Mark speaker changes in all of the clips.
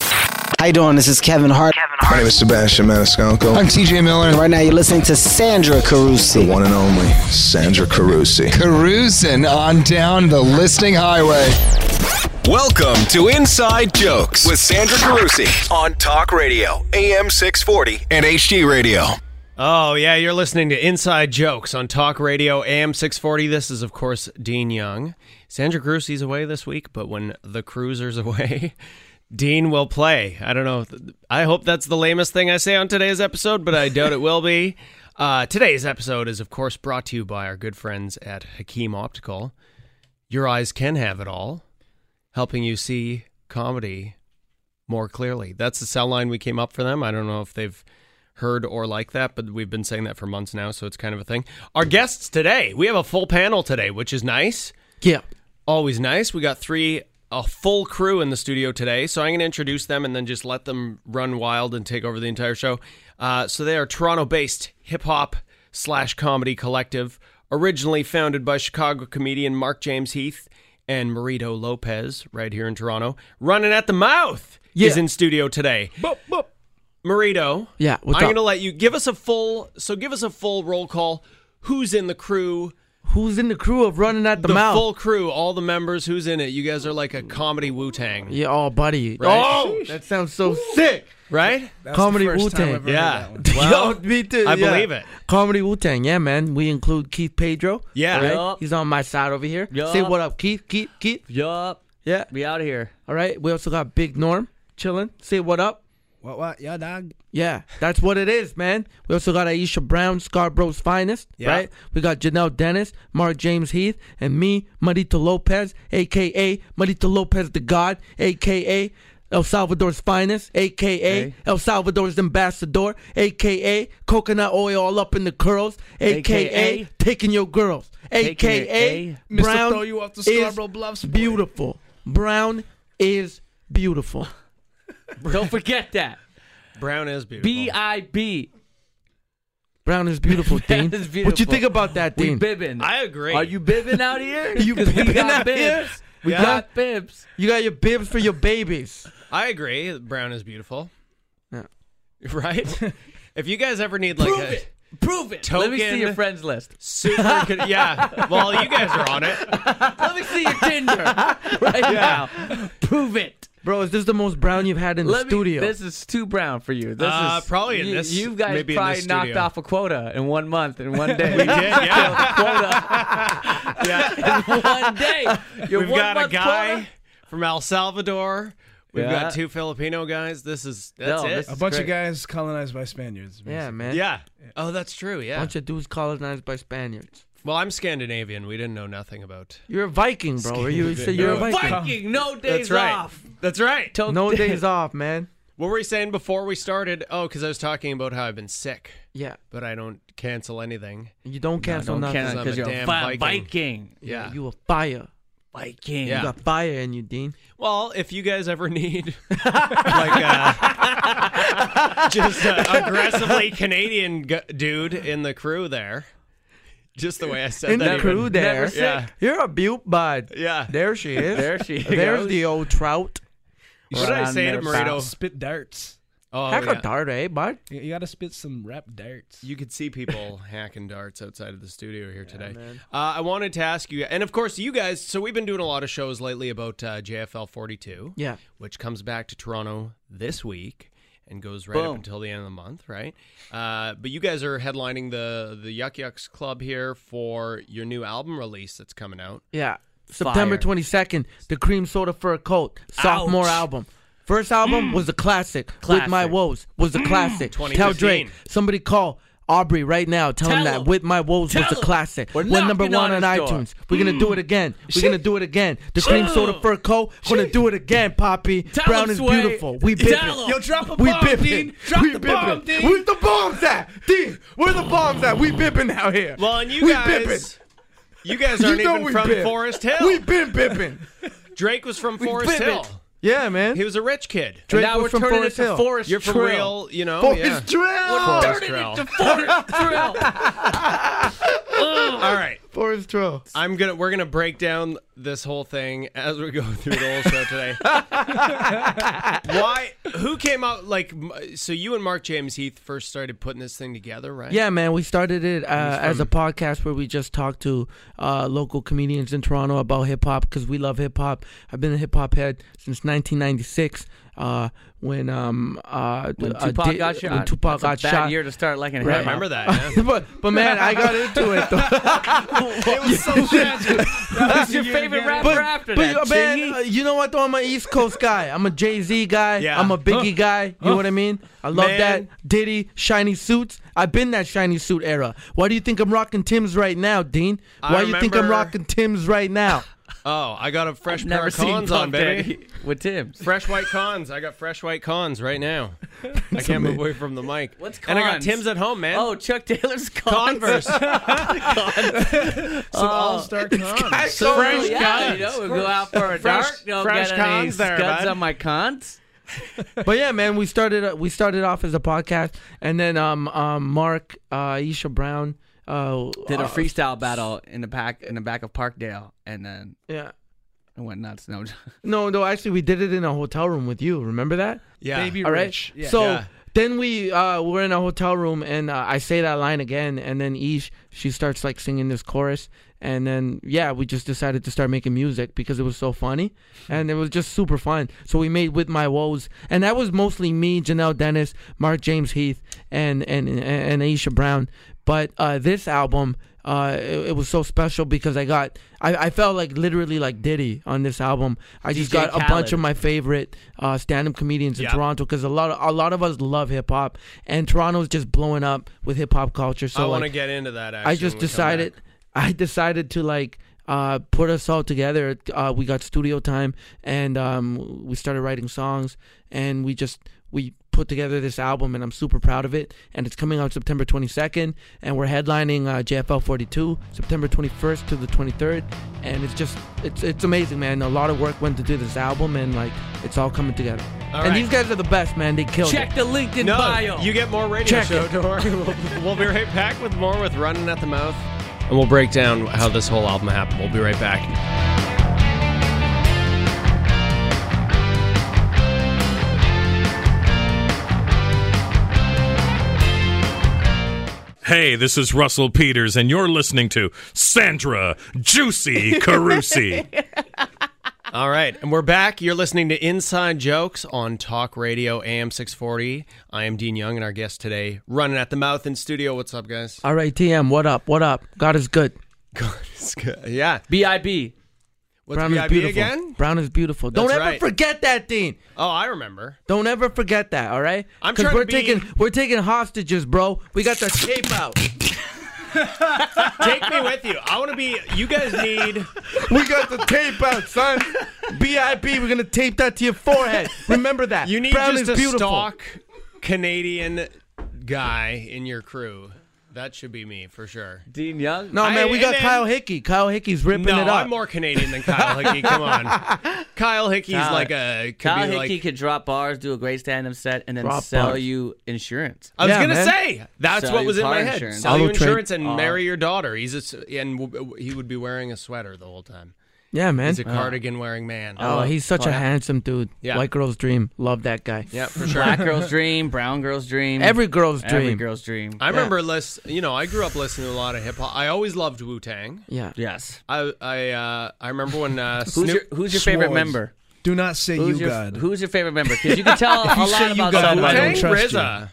Speaker 1: How you doing? This is Kevin Hart.
Speaker 2: My name is Sebastian Maniscalco.
Speaker 3: I'm TJ Miller.
Speaker 1: Right now, you're listening to Sandra Carusi.
Speaker 2: One and only Sandra Carusi.
Speaker 3: Caruising on down the listing highway.
Speaker 4: Welcome to Inside Jokes with Sandra Carusi on Talk Radio, AM 640, and HD Radio.
Speaker 5: Oh, yeah, you're listening to Inside Jokes on Talk Radio AM 640. This is, of course, Dean Young. Sandra Carusi's away this week, but when the cruiser's away, Dean will play. I don't know. I hope that's the lamest thing I say on today's episode, but I doubt it will be. Uh, today's episode is, of course, brought to you by our good friends at Hakeem Optical. Your eyes can have it all, helping you see comedy more clearly. That's the cell line we came up for them. I don't know if they've heard or like that, but we've been saying that for months now, so it's kind of a thing. Our guests today, we have a full panel today, which is nice.
Speaker 6: Yeah.
Speaker 5: Always nice. We got three, a full crew in the studio today, so I'm going to introduce them and then just let them run wild and take over the entire show. Uh, so they are Toronto-based hip hop slash comedy collective, originally founded by Chicago comedian Mark James Heath and Marito Lopez, right here in Toronto. Running at the mouth is
Speaker 6: Yeah.
Speaker 5: in studio today. Marito.
Speaker 6: Yeah, what's
Speaker 5: I'm
Speaker 6: up?
Speaker 5: gonna let you give us a full. So give us a full roll call. Who's in the crew?
Speaker 6: Who's in the crew of running at the,
Speaker 5: The
Speaker 6: mouth?
Speaker 5: full crew, all the members. Who's in it? You guys are like a comedy Wu Tang,
Speaker 6: yeah, oh, buddy.
Speaker 5: Right.
Speaker 6: Oh, that sounds so sick.
Speaker 5: right?
Speaker 6: Comedy Wu Tang.
Speaker 5: Yeah.
Speaker 6: Yo, me too.
Speaker 5: I
Speaker 6: yeah.
Speaker 5: believe it.
Speaker 6: Comedy Wu Tang. Yeah, man. We include Keith Pedro.
Speaker 5: Yeah.
Speaker 6: All right?
Speaker 5: Yup.
Speaker 6: He's on my side over here.
Speaker 7: Yup.
Speaker 6: Say what up, Keith. Keith. Keith.
Speaker 7: Yup.
Speaker 6: Yeah.
Speaker 7: We out here.
Speaker 6: All right. We also got Big Norm chilling. Say what up.
Speaker 8: What what? Yeah, dog.
Speaker 6: Yeah, that's what it is, man. We also got Aisha Brown, Scarborough's finest, right? We got Janelle Dennis, Mark James Heath, and me, Marito Lopez, aka Marito Lopez the God, aka El Salvador's finest, aka El Salvador's ambassador, aka coconut oil all up in the curls, aka,
Speaker 7: AKA
Speaker 6: taking your girls,
Speaker 7: Taking it,
Speaker 6: aka
Speaker 8: Mr.
Speaker 6: Brown
Speaker 8: Throw You Off the
Speaker 6: is
Speaker 8: Scarborough Bluffs, boy.
Speaker 6: beautiful. Brown is beautiful.
Speaker 7: Don't forget that.
Speaker 5: Brown is beautiful.
Speaker 7: B I B.
Speaker 6: Brown is beautiful,
Speaker 7: Brown
Speaker 6: Dean.
Speaker 7: is
Speaker 6: What you
Speaker 7: beautiful.
Speaker 6: think about that,
Speaker 7: We
Speaker 6: Dean?
Speaker 7: bibbing.
Speaker 5: I agree.
Speaker 7: Are you bibbing out here?
Speaker 6: You
Speaker 7: 'Cause we
Speaker 6: bibbing
Speaker 7: got
Speaker 6: out
Speaker 7: bibs.
Speaker 6: here?
Speaker 7: We
Speaker 6: Yeah.
Speaker 7: got bibs.
Speaker 6: You got your bibs for your babies.
Speaker 5: I agree. that Brown is beautiful.
Speaker 6: Yeah.
Speaker 5: Right. if you guys ever need like
Speaker 7: Prove
Speaker 5: a
Speaker 7: it. Prove it. Let me
Speaker 5: Token.
Speaker 7: see your friends list.
Speaker 5: super, good, yeah. Well, you guys are on it.
Speaker 7: Let me see your Tinder right now. Prove it.
Speaker 6: Bro, is this the most brown you've had in
Speaker 7: Let
Speaker 6: the
Speaker 7: me,
Speaker 6: studio?
Speaker 7: This is too brown for you. This
Speaker 5: Uh,
Speaker 7: is
Speaker 5: probably in
Speaker 7: you,
Speaker 5: this-
Speaker 7: You guys
Speaker 5: maybe in
Speaker 7: probably
Speaker 5: this
Speaker 7: knocked
Speaker 5: studio.
Speaker 7: off a quota in one month in one day. we
Speaker 5: Yeah, yeah.
Speaker 7: quota
Speaker 5: yeah.
Speaker 7: in one day. Your
Speaker 5: We've
Speaker 7: one
Speaker 5: got a
Speaker 7: month
Speaker 5: guy
Speaker 7: quota?
Speaker 5: from El Salvador. We've
Speaker 7: Yeah.
Speaker 5: got two Filipino guys. This is that's
Speaker 7: No,
Speaker 5: it.
Speaker 7: this
Speaker 8: A
Speaker 7: is
Speaker 8: bunch of
Speaker 7: great.
Speaker 8: guys colonized by Spaniards.
Speaker 6: yeah, man.
Speaker 5: Yeah. Oh, that's true. Yeah.
Speaker 6: Bunch of dudes colonized by Spaniards.
Speaker 5: Well, I'm Scandinavian. We didn't know nothing about.
Speaker 6: You're a Viking, bro. You said you're a Viking.
Speaker 7: Viking, no days
Speaker 5: That's right.
Speaker 7: off.
Speaker 5: That's right.
Speaker 7: Token-
Speaker 6: No days off, man.
Speaker 5: What were we saying before we started? Oh, because I was talking about how I've been sick,
Speaker 6: Yeah,
Speaker 5: but I don't cancel anything.
Speaker 6: you don't cancel
Speaker 7: don't
Speaker 6: nothing.
Speaker 7: cancel
Speaker 5: 'cause
Speaker 7: because
Speaker 5: I'm a
Speaker 7: you're a
Speaker 5: damn
Speaker 7: fi- Viking.
Speaker 5: Yeah.
Speaker 6: You a fire.
Speaker 7: Viking.
Speaker 5: Yeah.
Speaker 6: You got fire in you, Dean.
Speaker 5: Well, if you guys ever need like uh, just uh, aggressively Canadian g- dude in the crew there, just the way I said
Speaker 6: In
Speaker 5: that.
Speaker 6: the
Speaker 5: even-
Speaker 6: crew there.
Speaker 7: never sick.
Speaker 5: Yeah.
Speaker 6: You're a butte bud.
Speaker 5: Yeah.
Speaker 6: There she is.
Speaker 7: There she is.
Speaker 6: There's the old trout.
Speaker 5: What did I
Speaker 7: Run
Speaker 5: say to
Speaker 7: their
Speaker 5: Marito?
Speaker 8: Spit darts.
Speaker 5: Oh,
Speaker 6: Heck
Speaker 5: yeah.
Speaker 6: a dart, eh, bud?
Speaker 8: You- You gotta spit some rap darts.
Speaker 5: You could see people hacking darts outside of the studio here today. Uh, I wanted to ask you, and of course, you guys. So we've been doing a lot of shows lately about uh, JFL 42,
Speaker 6: Yeah.
Speaker 5: which comes back to Toronto this week and goes right up
Speaker 7: Boom.
Speaker 5: until the end of the month, right? Uh, but you guys are headlining the the Yuck Yucks Club here for your new album release that's coming out.
Speaker 6: Yeah. September
Speaker 7: Fire.
Speaker 6: 22nd, The Cream Soda Fur Coat, sophomore
Speaker 7: Ouch. Mm.
Speaker 6: album. First album was a classic. With My
Speaker 7: Classic. Mm.
Speaker 6: Woes was a classic. Tell
Speaker 5: 2015.
Speaker 6: Drake, somebody call Aubrey right now. Tell, him
Speaker 7: Tell
Speaker 6: that
Speaker 7: him.
Speaker 6: With My Woes was
Speaker 7: Tell
Speaker 6: a
Speaker 7: him.
Speaker 6: classic.
Speaker 7: We're
Speaker 6: We're number
Speaker 7: knocking
Speaker 6: one on
Speaker 7: on his door. Mm.
Speaker 6: iTunes. We're going to do it again. We're going to do it again. The Cream Soda Fur Coat, going to do it again, Poppy.
Speaker 7: Tell
Speaker 6: Brown
Speaker 7: him,
Speaker 6: is
Speaker 7: Sway.
Speaker 6: beautiful. We
Speaker 7: Tell
Speaker 6: bipping.
Speaker 7: him. Yo, drop
Speaker 8: a
Speaker 6: we
Speaker 8: bomb,
Speaker 6: bipping.
Speaker 8: Dean. Drop
Speaker 6: we
Speaker 8: the
Speaker 6: bipping.
Speaker 8: bomb, Dean.
Speaker 6: Where's the bombs at? Dean, where the bombs at? We bipping out here.
Speaker 5: Well, and you
Speaker 6: we
Speaker 5: guys.
Speaker 6: bipping.
Speaker 5: You guys aren't
Speaker 6: You know
Speaker 5: even
Speaker 6: we
Speaker 5: from
Speaker 6: been.
Speaker 5: Forest Hill.
Speaker 6: We been bipping.
Speaker 5: Drake was from Forest
Speaker 6: been
Speaker 5: Hill.
Speaker 6: Yeah, man.
Speaker 5: He was a rich kid.
Speaker 6: Drake
Speaker 7: now
Speaker 6: was
Speaker 7: we're
Speaker 6: from
Speaker 7: turning
Speaker 6: Forest
Speaker 7: it to
Speaker 6: Hill.
Speaker 7: Forest
Speaker 5: You're from
Speaker 7: Trail.
Speaker 5: real, you know.
Speaker 6: Forest
Speaker 5: yeah.
Speaker 6: Trail.
Speaker 5: Forest Trail.
Speaker 7: Turning it to Forest Trail.
Speaker 5: All right.
Speaker 6: Forest Trail.
Speaker 5: I'm gonna we're gonna break down this whole thing as we go through the whole show today. Why? who came out like m- so? You and Mark James Heath first started putting this thing together, right?
Speaker 6: Yeah, man, we started it uh, as a podcast where we just talked to uh, local comedians in Toronto about hip hop because we love hip hop. I've been a hip hop head since 1996 uh, when um uh,
Speaker 7: When
Speaker 6: uh,
Speaker 7: Tupac
Speaker 6: Di-
Speaker 7: got shot.
Speaker 6: When Tupac
Speaker 7: That's
Speaker 6: got
Speaker 7: a bad
Speaker 6: shot.
Speaker 7: year to start liking hip
Speaker 6: Right.
Speaker 7: hop.
Speaker 5: I remember that. Yeah.
Speaker 6: but but man, I got into it. Though.
Speaker 5: it was so tragic.
Speaker 7: Who's your favorite rapper after that?
Speaker 6: uh, man,
Speaker 7: Chingy?
Speaker 6: uh, you know what though? I'm an East Coast guy. I'm a Jay Z guy.
Speaker 5: Yeah.
Speaker 6: I'm a Biggie guy. You know what I mean? I love
Speaker 5: Man.
Speaker 6: that Diddy shiny suits. I've been that shiny suit era. Why do you think I'm rocking Tim's right now, Dean?
Speaker 5: I
Speaker 6: Why do you think I'm
Speaker 5: remember-
Speaker 6: rocking Tim's right now?
Speaker 5: Oh, I got a fresh
Speaker 7: I've
Speaker 5: pair
Speaker 7: never
Speaker 5: of
Speaker 7: seen
Speaker 5: cons on,
Speaker 7: Puff
Speaker 5: baby.
Speaker 7: Daddy with Tim's.
Speaker 5: Fresh white cons. I got fresh white cons right now. I can't move away from the mic.
Speaker 7: What's
Speaker 5: And I got
Speaker 7: cons?
Speaker 5: Tim's at home, man.
Speaker 7: Oh, Chuck Taylor's Converse.
Speaker 5: Converse.
Speaker 8: Some all
Speaker 6: Oh,
Speaker 8: star cons.
Speaker 7: Oh, So
Speaker 5: Fresh
Speaker 7: yeah,
Speaker 5: cons.
Speaker 7: You know, we go out for a
Speaker 5: Fresh-
Speaker 7: dark. Don't
Speaker 5: fresh
Speaker 7: get any
Speaker 5: cons there,
Speaker 7: scuds
Speaker 5: bud.
Speaker 7: on my cons.
Speaker 6: but yeah, man, we started uh, we started off as a podcast, and then um um Mark uh Isha Brown uh
Speaker 7: Did a
Speaker 6: uh,
Speaker 7: freestyle battle in the back in the back of Parkdale, and then
Speaker 6: yeah.
Speaker 7: it went nuts. No,
Speaker 6: No, no, actually, we did it in a hotel room with you. Remember that?
Speaker 5: yeah.
Speaker 8: Baby
Speaker 6: All right.
Speaker 8: rich.
Speaker 6: So
Speaker 5: Yeah.
Speaker 6: then we uh, we're in a hotel room, and uh, I say that line again, and then Ish she starts like singing this chorus, and then yeah, we just decided to start making music because it was so funny, and it was just super fun. So we made with my woes, and that was mostly me, Janelle Dennis, Mark James Heath, and and and, and Aisha Brown. But uh, this album. Uh, it, it was so special because I got I, I felt like literally like Diddy on this album. I just
Speaker 7: DJ
Speaker 6: got a bunch
Speaker 7: Khaled.
Speaker 6: of my favorite uh, stand-up comedians in
Speaker 5: Yeah.
Speaker 6: Toronto because a lot of, a lot of us love hip hop and Toronto's just blowing up with hip hop culture. So
Speaker 5: I want to
Speaker 6: like,
Speaker 5: get into that. Actually,
Speaker 6: I just
Speaker 5: when we come
Speaker 6: decided
Speaker 5: back.
Speaker 6: I decided to like uh, put us all together. Uh, we got studio time and um, we started writing songs and we just we put together this album and I'm super proud of it and it's coming out September 22nd and we're headlining uh, JFL 42 September 21st to the 23rd and it's just it's it's amazing man a lot of work went to do this album and like it's all coming together and
Speaker 5: right.
Speaker 6: these guys are the best man they killed
Speaker 7: check
Speaker 6: it.
Speaker 7: the LinkedIn
Speaker 5: No,
Speaker 7: bio.
Speaker 5: you get more radio
Speaker 6: Check
Speaker 5: show.
Speaker 6: it.
Speaker 5: Don't worry. We'll, we'll be right back with more with running at the mouth, and we'll break down how this whole album happened. We'll be right back.
Speaker 9: Hey, this is Russell Peters, and you're listening to Sandra Juicy Carusi.
Speaker 5: All right, and we're back. You're listening to Inside Jokes on Talk Radio AM 640. I am Dean Young, and our guest today, running at the mouth in studio. What's up, guys?
Speaker 6: all right TM what up what up God is good
Speaker 5: Yeah,
Speaker 7: BIB.
Speaker 5: what's
Speaker 6: Brown is
Speaker 5: VIB
Speaker 6: beautiful.
Speaker 5: again?
Speaker 6: Brown is beautiful. Don't
Speaker 5: That's
Speaker 6: ever
Speaker 5: right.
Speaker 6: forget that, Dean.
Speaker 5: Oh, I remember.
Speaker 6: Don't ever forget that. All right.
Speaker 5: I'm
Speaker 6: 'Cause
Speaker 5: trying to
Speaker 6: we're
Speaker 5: be-
Speaker 6: taking we're taking hostages, bro. We got the tape out.
Speaker 5: Take me with you. I want to be. You guys need.
Speaker 6: we got the tape out, son. B.I.B. We're gonna tape that to your forehead. Remember that.
Speaker 5: You need
Speaker 6: Brown
Speaker 5: just
Speaker 6: is
Speaker 5: a
Speaker 6: beautiful.
Speaker 5: stock Canadian guy in your crew. That should be me for sure.
Speaker 7: Dean Young.
Speaker 6: No
Speaker 5: I-
Speaker 6: man, we got
Speaker 5: and then-
Speaker 6: Kyle Hickey. Kyle Hickey's ripping
Speaker 5: No,
Speaker 6: it up.
Speaker 5: I'm more Canadian than Kyle Hickey. Come on, Kyle Hickey's
Speaker 7: Kyle-
Speaker 5: like a. Could
Speaker 7: Kyle
Speaker 5: be
Speaker 7: Hickey
Speaker 5: like,
Speaker 7: could drop bars, do a great stand-up set, and then
Speaker 6: Drop
Speaker 7: sell
Speaker 6: bars.
Speaker 7: you insurance.
Speaker 5: I was
Speaker 6: Yeah,
Speaker 5: gonna
Speaker 6: man.
Speaker 5: say that's
Speaker 7: Sell
Speaker 5: what
Speaker 7: you
Speaker 5: was in
Speaker 7: car
Speaker 5: my head.
Speaker 7: insurance. Uh,
Speaker 5: Sell you
Speaker 6: Auto trade.
Speaker 5: insurance and marry your daughter. He's a, s- and w- w- he would be wearing a sweater the whole time.
Speaker 6: yeah, man. Uh,
Speaker 5: He's a cardigan wearing man.
Speaker 6: Oh, he's such a handsome dude.
Speaker 5: Yeah.
Speaker 6: White girl's dream. Love that guy.
Speaker 5: yeah, for sure.
Speaker 7: Black girl's dream, brown girl's dream,
Speaker 6: Every girl's dream.
Speaker 7: every girl's dream.
Speaker 5: I remember less. You know, I grew up listening to a lot of hip hop. I always loved Wu Tang.
Speaker 6: Yeah.
Speaker 7: yes.
Speaker 5: I I uh, I remember when uh,
Speaker 7: Who's
Speaker 5: Snoop.
Speaker 7: your Who's your favorite
Speaker 8: Swole.
Speaker 7: member?
Speaker 8: Do not say
Speaker 7: Who's
Speaker 8: you
Speaker 7: your
Speaker 8: God.
Speaker 7: Who's your favorite member? Because you can tell a
Speaker 8: say
Speaker 7: lot
Speaker 8: you
Speaker 7: about
Speaker 8: got it, I
Speaker 7: somebody.
Speaker 8: don't
Speaker 5: Wu-Tang?
Speaker 8: trust you.
Speaker 5: RZA.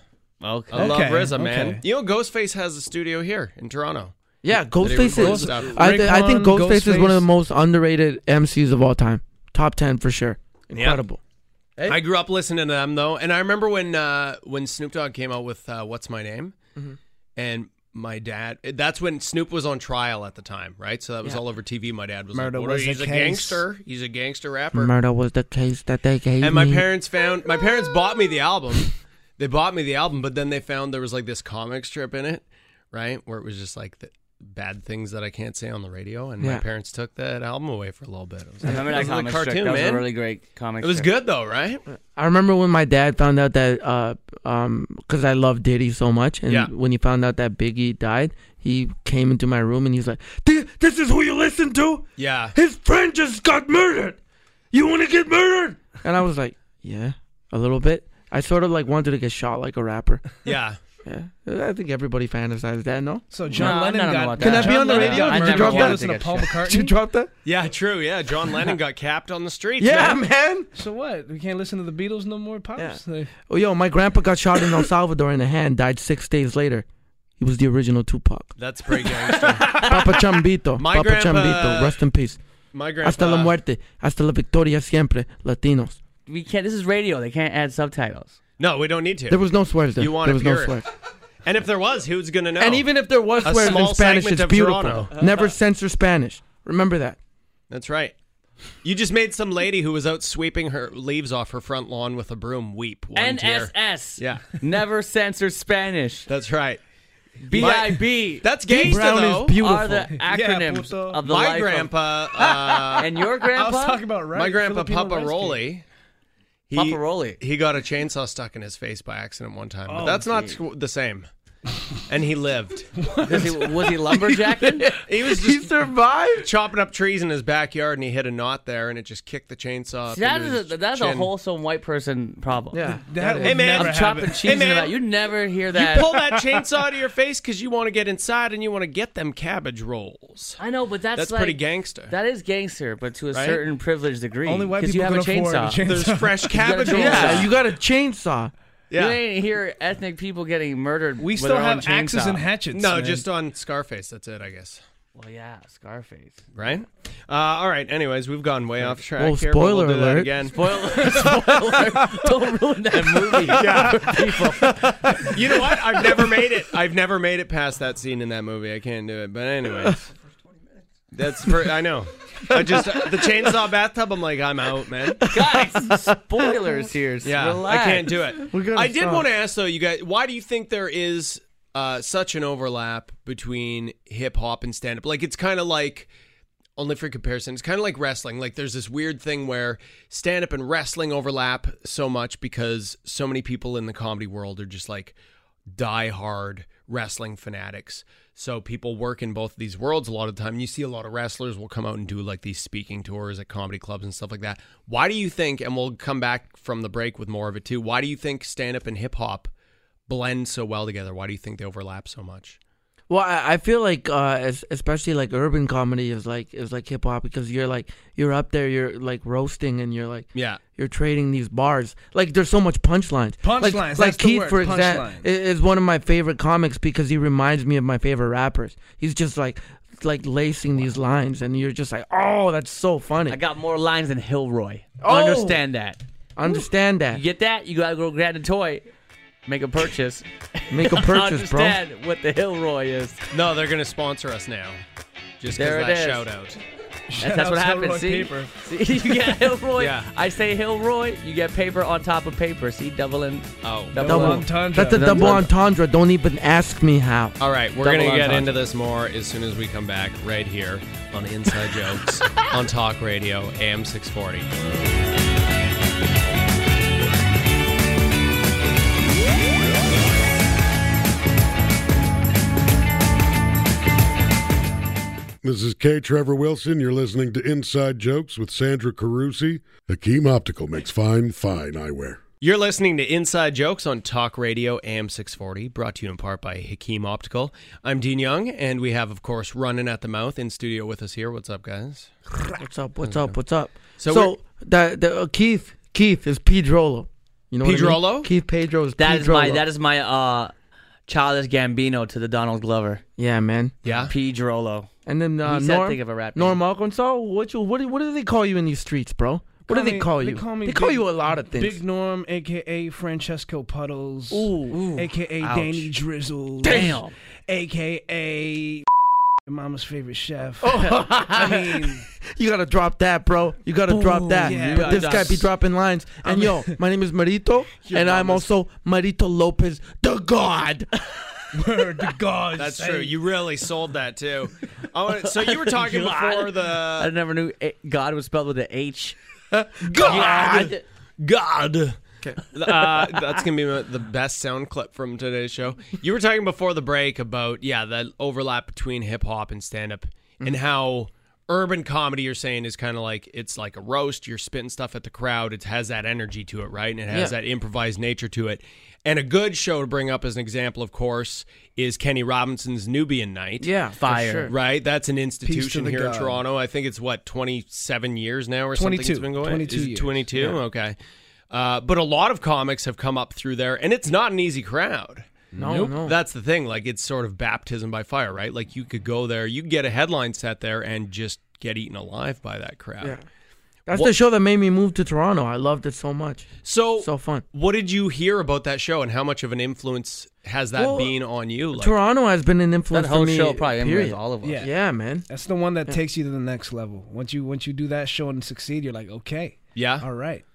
Speaker 7: Okay.
Speaker 5: I love
Speaker 8: Okay,
Speaker 5: RZA, man.
Speaker 8: okay.
Speaker 5: You know, Ghostface has a studio here in Toronto.
Speaker 6: Yeah,
Speaker 5: they
Speaker 6: Ghostface
Speaker 5: recorded
Speaker 6: is.
Speaker 5: stuff.
Speaker 6: I, th- I think
Speaker 8: Raekwon,
Speaker 6: Ghostface, is one of
Speaker 8: Ghostface.
Speaker 6: the most underrated MCs of all time. Top ten for sure. Incredible.
Speaker 5: I grew up listening to them though, and I remember when uh, when Snoop Dogg came out with uh, "What's My Name," and my dad. That's when Snoop was on trial at the time, right? So that was all over TV. My dad was
Speaker 8: Murder
Speaker 5: like, "What are-
Speaker 8: was a
Speaker 5: "He's a,
Speaker 8: case."
Speaker 5: gangster. He's a gangster rapper."
Speaker 6: Murder was the case that they gave
Speaker 5: and my
Speaker 6: me.
Speaker 5: parents found my parents bought me the album. They bought me the album, but then they found there was like this comic strip in it, right, where it was just like the bad things that I can't say on the radio. And my
Speaker 6: Yeah.
Speaker 5: parents took that album away for a little bit. It was,
Speaker 7: I remember that
Speaker 5: That was a
Speaker 7: comic strip.
Speaker 5: cartoon,
Speaker 7: That was
Speaker 5: man.
Speaker 7: a really great comic.
Speaker 5: it was
Speaker 7: strip.
Speaker 5: good though, right?
Speaker 6: I remember when my dad found out that, uh, um, because I love Diddy so much, and
Speaker 5: Yeah.
Speaker 6: when he found out that Biggie died, he came into my room and he's like, "Thi- "This is who you listen to?
Speaker 5: Yeah.
Speaker 6: His friend just got murdered. You want to get murdered?" And I was like, "Yeah, a little bit." I sort of like wanted to get shot like a rapper.
Speaker 5: Yeah.
Speaker 6: Yeah, I think everybody fantasizes that. No,
Speaker 8: So John
Speaker 10: No, I
Speaker 8: Lennon
Speaker 10: don't know
Speaker 8: got.
Speaker 10: about
Speaker 8: Can
Speaker 10: that.
Speaker 8: I be on the
Speaker 10: John
Speaker 8: radio?
Speaker 10: Lennon. I
Speaker 8: Did you
Speaker 10: never
Speaker 8: drop
Speaker 10: wanted
Speaker 8: that?
Speaker 10: to
Speaker 8: Listen to
Speaker 10: get
Speaker 8: Paul
Speaker 10: shot.
Speaker 8: McCartney.
Speaker 6: did you drop that?
Speaker 5: Yeah, true. Yeah, John Lennon got capped on the streets.
Speaker 6: Yeah,
Speaker 5: man.
Speaker 6: man.
Speaker 8: So what? We can't listen to the Beatles no more, pops. They-
Speaker 6: Oh, yo, my grandpa got shot in El Salvador in the hand. Died six days later. He was the original Tupac.
Speaker 5: That's pretty gangster.
Speaker 6: Papa Chambito.
Speaker 5: My
Speaker 6: Papa
Speaker 5: grandpa-
Speaker 6: Chambito. Rest in peace.
Speaker 5: My
Speaker 6: Hasta la
Speaker 5: grandpa.
Speaker 6: muerte. Hasta la victoria siempre. Latinos.
Speaker 10: We can't. This is radio. They can't add subtitles.
Speaker 5: no, we don't need to.
Speaker 6: There was no swears there.
Speaker 5: You want
Speaker 6: there
Speaker 5: it
Speaker 6: was
Speaker 5: pure.
Speaker 6: no swears.
Speaker 5: and if there was, who's gonna know?
Speaker 6: And even if there was
Speaker 5: A
Speaker 6: swears in
Speaker 5: small
Speaker 6: Spanish,
Speaker 5: segment
Speaker 6: it's
Speaker 5: of
Speaker 6: beautiful.
Speaker 5: Toronto.
Speaker 6: Never censor Spanish. Remember that.
Speaker 5: that's right. You just made some lady who was out sweeping her leaves off her front lawn with a broom weep. One tear.
Speaker 10: NSS.
Speaker 5: Yeah.
Speaker 10: Never censor Spanish.
Speaker 5: That's right.
Speaker 10: BIB.
Speaker 5: That's gangster
Speaker 6: Brown is
Speaker 5: though.
Speaker 6: beautiful.
Speaker 10: Are the acronyms
Speaker 8: puto.
Speaker 10: of the
Speaker 5: my
Speaker 10: life of-
Speaker 5: grandpa, uh,
Speaker 10: and your
Speaker 8: I was
Speaker 10: grandpa.
Speaker 8: talking about right.
Speaker 5: my grandpa
Speaker 8: Filipino
Speaker 5: Papa
Speaker 8: rice cake.
Speaker 5: Roli, he,
Speaker 10: Paparoli.
Speaker 5: he got a chainsaw stuck in his face by accident one time.
Speaker 8: Oh,
Speaker 5: But that's not squ- the same. And he lived.
Speaker 10: Was he, was he lumberjacking?
Speaker 5: He was
Speaker 6: He
Speaker 5: just
Speaker 6: survived.
Speaker 5: chopping up trees in his backyard, and he hit a knot there, and it just kicked the chainsaw. up
Speaker 10: that
Speaker 5: into
Speaker 10: is a,
Speaker 5: his
Speaker 10: that's a
Speaker 5: chin.
Speaker 10: wholesome white person problem.
Speaker 6: Yeah.
Speaker 8: That
Speaker 5: Hey,
Speaker 8: would
Speaker 5: man.
Speaker 8: never
Speaker 5: I'm
Speaker 10: I'm chopping
Speaker 8: happen.
Speaker 10: cheese
Speaker 5: Hey,
Speaker 10: in
Speaker 5: man.
Speaker 10: that. You never hear
Speaker 5: You
Speaker 10: that.
Speaker 5: pull that chainsaw to your face because you want to get inside and you want to get them cabbage rolls.
Speaker 10: I know, but that's
Speaker 5: That's
Speaker 10: like,
Speaker 5: pretty gangster.
Speaker 10: That is gangster, but to a
Speaker 5: Right?
Speaker 10: certain privileged degree.
Speaker 8: Only white
Speaker 10: 'cause
Speaker 8: people
Speaker 10: you have
Speaker 8: can
Speaker 10: a
Speaker 8: afford
Speaker 10: chainsaw.
Speaker 8: a chainsaw.
Speaker 5: There's fresh cabbage rolls.
Speaker 10: Yeah.
Speaker 6: You got a chainsaw.
Speaker 5: Yeah.
Speaker 10: You ain't hear ethnic people getting murdered.
Speaker 8: We
Speaker 10: with
Speaker 8: still
Speaker 10: their own
Speaker 8: have axes
Speaker 10: chainsaw.
Speaker 8: and hatchets.
Speaker 5: No,
Speaker 8: man.
Speaker 5: just on Scarface. That's it, I guess.
Speaker 10: Well, yeah, Scarface.
Speaker 5: Right? Uh, all right. Anyways, we've gone way off track.
Speaker 6: Well,
Speaker 5: here, but we'll
Speaker 6: spoiler
Speaker 5: do that
Speaker 6: alert.
Speaker 5: again.
Speaker 10: Spoiler, spoiler. Don't ruin that movie.
Speaker 5: You know what? I've never made it. I've never made it past that scene in that movie. I can't do it. But anyways, that's for, I know. I just the chainsaw bathtub. I'm like, I'm out, man.
Speaker 10: Guys, spoilers here.
Speaker 5: Yeah,
Speaker 10: Relax.
Speaker 5: I can't do it.
Speaker 6: We gotta
Speaker 5: I did
Speaker 6: stop.
Speaker 5: want to ask though, you guys, why do you think there is uh, such an overlap between hip hop and stand up? Like it's kind of like only for comparison, it's kind of like wrestling. Like there's this weird thing where stand up and wrestling overlap so much because so many people in the comedy world are just like die hard wrestling fanatics. So people work in both of these worlds a lot of the time. You see a lot of wrestlers will come out and do like these speaking tours at comedy clubs and stuff like that. Why do you think and we'll come back from the break with more of it too. Why do you think stand up and hip hop blend so well together? Why do you think they overlap so much?
Speaker 6: Well, I, I feel like uh, es- especially like urban comedy is like is like hip hop because you're like you're up there, you're like roasting, and you're like
Speaker 5: Yeah.
Speaker 6: you're trading these bars. Like there's so much punchlines. like,
Speaker 8: Punchlines,
Speaker 6: Like
Speaker 8: that's the
Speaker 6: Keith,
Speaker 8: word,
Speaker 6: for example,
Speaker 8: punchlines.
Speaker 6: is one of my favorite comics because he reminds me of my favorite rappers. He's just like like lacing these lines, and you're just like, oh, that's so funny.
Speaker 10: I got more lines than Hilroy.
Speaker 6: Oh.
Speaker 10: Understand that.
Speaker 6: Understand that.
Speaker 10: You get that? You gotta go grab the toy, make a purchase.
Speaker 6: Make a purchase, bro.
Speaker 10: Understand what the Hilroy is.
Speaker 5: No, they're going to sponsor us now. Just
Speaker 10: There
Speaker 5: because that
Speaker 10: it is.
Speaker 5: shout out.
Speaker 10: That's, that's what
Speaker 8: That's
Speaker 10: happens.
Speaker 8: Hilroy
Speaker 10: See?
Speaker 8: paper.
Speaker 10: see, you get Hilroy.
Speaker 5: Yeah.
Speaker 10: I say Hilroy. You get paper on top of paper. See, doubling.
Speaker 5: Oh.
Speaker 6: Double.
Speaker 8: entendre.
Speaker 6: That's a double entendre. Don't even ask me how.
Speaker 5: All right, we're
Speaker 10: Double
Speaker 5: going to get
Speaker 10: entendre.
Speaker 5: into this more as soon as we come back right here on Inside Jokes on Talk Radio AM 640.
Speaker 11: This is K. Trevor Wilson. You're listening to Inside Jokes with Sandra Carusi. Hakeem Optical makes fine, fine eyewear.
Speaker 5: You're listening to Inside Jokes on Talk Radio AM 640, brought to you in part by Hakeem Optical. I'm Dean Young, and we have, of course, Running at the Mouth in studio with us here. What's up, guys?
Speaker 6: What's up? What's up? What's up?
Speaker 5: So
Speaker 6: So,
Speaker 5: we're-
Speaker 6: the, the uh, Keith Keith is Pedrolo. You know what I mean?
Speaker 5: Pedrolo?
Speaker 6: Keith Pedro is
Speaker 10: That
Speaker 6: Pedrolo.
Speaker 10: is my. That is my. Uh, childish Gambino to the Donald Glover.
Speaker 6: yeah, man.
Speaker 5: Yeah?
Speaker 10: Pedrolo.
Speaker 6: And then uh,
Speaker 10: He's that
Speaker 6: Norm,
Speaker 10: big of a rap
Speaker 6: Norm Arkansas. What you what do- what do they call you in these streets, bro? What do
Speaker 8: Call
Speaker 6: they
Speaker 8: me-
Speaker 6: call
Speaker 8: they
Speaker 6: you?
Speaker 8: call me
Speaker 6: they call
Speaker 8: Big-
Speaker 6: you a lot of things.
Speaker 8: Big Norm, aka Francesco Puddles,
Speaker 10: Ooh.
Speaker 8: aka
Speaker 10: Ouch.
Speaker 8: Danny Drizzle,
Speaker 10: Damn.
Speaker 8: aka Mama's favorite chef.
Speaker 10: Oh.
Speaker 8: I mean,
Speaker 6: You gotta drop that, bro. You gotta drop that.
Speaker 8: Yeah.
Speaker 6: but this guy
Speaker 10: That's-
Speaker 6: be dropping lines. And yo, my name is Marito, and I'm also Marito Lopez, the God.
Speaker 8: word to God.
Speaker 5: That's
Speaker 8: say.
Speaker 5: true. You really sold that, too. I wanna- so you were talking
Speaker 10: God.
Speaker 5: before
Speaker 10: I
Speaker 5: the.
Speaker 10: never knew it- God was spelled with an H.
Speaker 5: God! God! Uh, that's going to be my- the best sound clip from today's show. You were
Speaker 10: Mm.
Speaker 5: talking before the break about, yeah, the overlap between hip hop and stand up and how urban comedy you're saying is kind of like it's like a roast you're spitting stuff at the crowd it has that energy to it right and it has
Speaker 10: Yeah.
Speaker 5: that improvised nature to it and a good show to bring up as an example of course is kenny robinson's nubian night
Speaker 10: Yeah, for Fire. sure.
Speaker 5: right that's an
Speaker 10: the
Speaker 5: institution here in
Speaker 10: God.
Speaker 5: toronto i think it's what 27 years now or something it's
Speaker 10: 22.
Speaker 5: been going
Speaker 10: 22
Speaker 5: Is it
Speaker 10: years.
Speaker 5: 22
Speaker 10: Yeah.
Speaker 5: okay uh, but a lot of comics have come up through there and it's not an easy crowd
Speaker 10: No, Nope. no.
Speaker 5: that's the thing. Like it's sort of baptism by fire, right? Like you could go there, you could get a headline set there, and just get eaten alive by that crowd.
Speaker 6: Yeah. That's
Speaker 5: What-
Speaker 6: the show that made me move to Toronto. I loved it so much.
Speaker 5: So
Speaker 6: so fun.
Speaker 5: What did you hear about that show, and how much of an influence has that
Speaker 6: Well,
Speaker 5: been on you? Like,
Speaker 6: Toronto has been an influence
Speaker 8: That
Speaker 6: for
Speaker 8: whole
Speaker 6: me.
Speaker 8: show probably
Speaker 6: period.
Speaker 8: influenced all of us.
Speaker 6: Yeah,
Speaker 8: Yeah.
Speaker 6: man.
Speaker 8: That's the one that
Speaker 6: Yeah.
Speaker 8: takes you to the next level. Once you once you do that show and succeed, you're like, okay,
Speaker 5: Yeah.
Speaker 8: all right,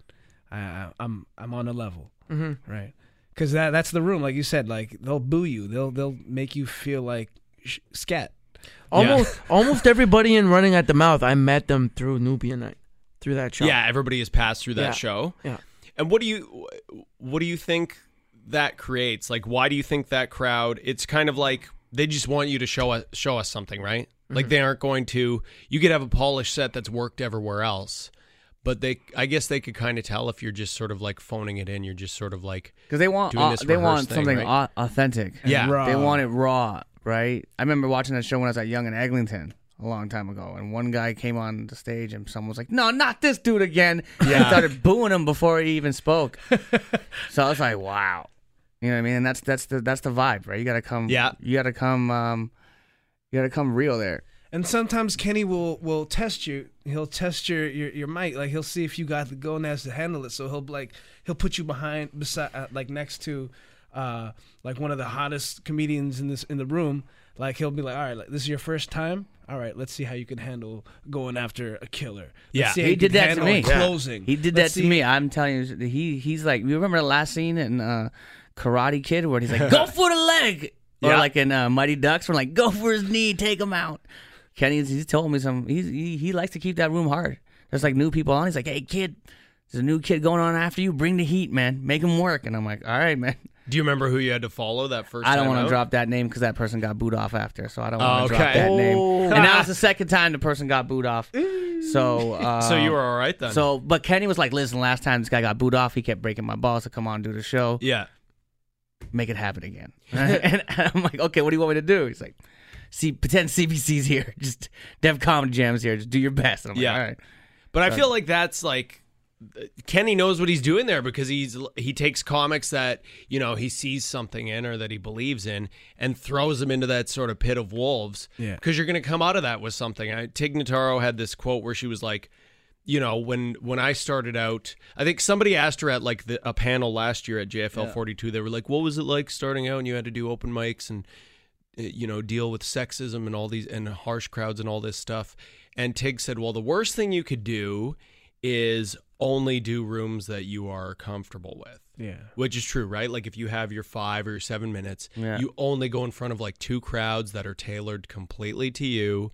Speaker 8: I, I, I'm I'm on a level,
Speaker 6: Mhm.
Speaker 8: right? Because that that's the room, like you said, like they'll boo you, they'll they'll make you feel like sh- scat.
Speaker 6: Almost almost everybody in Running at the Mouth, I met them through Nubian Night, through that show.
Speaker 5: yeah, everybody has passed through that
Speaker 6: Yeah.
Speaker 5: show.
Speaker 6: Yeah.
Speaker 5: And what do you, what do you think that creates? Like, why do you think that crowd? It's kind of like they just want you to show us show us something, right? Like
Speaker 10: Mhm.
Speaker 5: they aren't going to. You could have a polished set that's worked everywhere else, but they, I guess, they could kind of tell if you're just sort of like phoning it in. You're just sort of like
Speaker 10: because they want
Speaker 5: doing
Speaker 10: au-
Speaker 5: this
Speaker 10: they want
Speaker 5: rehearsed thing,
Speaker 10: something
Speaker 5: right?
Speaker 10: au- authentic.
Speaker 5: Yeah. Raw.
Speaker 10: they want it raw, right? I remember watching that show when I was at Young and Eglinton a long time ago, and one guy came on the stage and someone was like, "No, not this dude again!" Yeah,
Speaker 5: Yeah.
Speaker 10: and started booing him before he even spoke. so I was like, "Wow," you know what I mean? And that's that's the that's the vibe, right? You gotta come. Yeah, you gotta come. Um, you gotta come real there.
Speaker 8: And sometimes Kenny will will test you. He'll test your your, your mic. Like he'll see if you got the gonads to handle it. So he'll like he'll put you behind beside uh, like next to uh like one of the hottest comedians in this in the room. Like he'll be like, all right, like, this is your first time. All right, let's see how you can handle going after a killer. Let's see how
Speaker 10: he
Speaker 8: you
Speaker 10: did
Speaker 8: can
Speaker 10: that to
Speaker 8: handle
Speaker 10: me.
Speaker 8: Closing.
Speaker 10: He did
Speaker 8: Let's
Speaker 10: that
Speaker 8: see-
Speaker 10: to me. I'm telling you, he he's like. You remember the last scene in uh, Karate Kid where he's like, "Go for the leg," or
Speaker 12: Yeah.
Speaker 10: like in uh, Mighty Ducks, we're like, "Go for his knee, take him out." Kenny, he's told me some. He's, he he likes to keep that room hard. There's like new people on. He's like, "Hey, kid, there's a new kid going on after you. Bring the heat, man. Make him work." And I'm like, "All right, man."
Speaker 5: Do you remember who you had to follow that first?
Speaker 10: I don't
Speaker 5: want to
Speaker 10: drop that name because that person got booed off after, so I don't want to
Speaker 5: Okay.
Speaker 10: drop that name.
Speaker 5: Oh.
Speaker 10: And now it's the second time the person got booed off. So, uh,
Speaker 5: So you were all right then.
Speaker 10: So, but Kenny was like, "Listen, last time this guy got booed off, he kept breaking my balls to come on and do the show.
Speaker 5: Yeah,
Speaker 10: make it happen again." and I'm like, "Okay, what do you want me to do?" He's like, "See, pretend CBC's here. Just Dev Comedy Jam's here. Just do your best." And I'm
Speaker 5: Yeah.
Speaker 10: like, "All right."
Speaker 5: But I
Speaker 10: So-
Speaker 5: feel like that's like Kenny knows what he's doing there because he's he takes comics that you know he sees something in or that he believes in and throws them into that sort of pit of wolves.
Speaker 10: Yeah.
Speaker 5: because you're going to come out of that with something. I, Tig Notaro had this quote where she was like, you know, when when I started out, I think somebody asked her at like the, a panel last year at JFL
Speaker 10: Yeah.
Speaker 5: 42. They were like, "What was it like starting out and you had to do open mics and uh, you know deal with sexism and all these and harsh crowds and all this stuff?" And Tig said, "Well, the worst thing you could do is only do rooms that you are comfortable with."
Speaker 8: Yeah.
Speaker 5: Which is true, right? Like if you have your five or your seven minutes,
Speaker 10: Yeah.
Speaker 5: you only go in front of like two crowds that are tailored completely to you.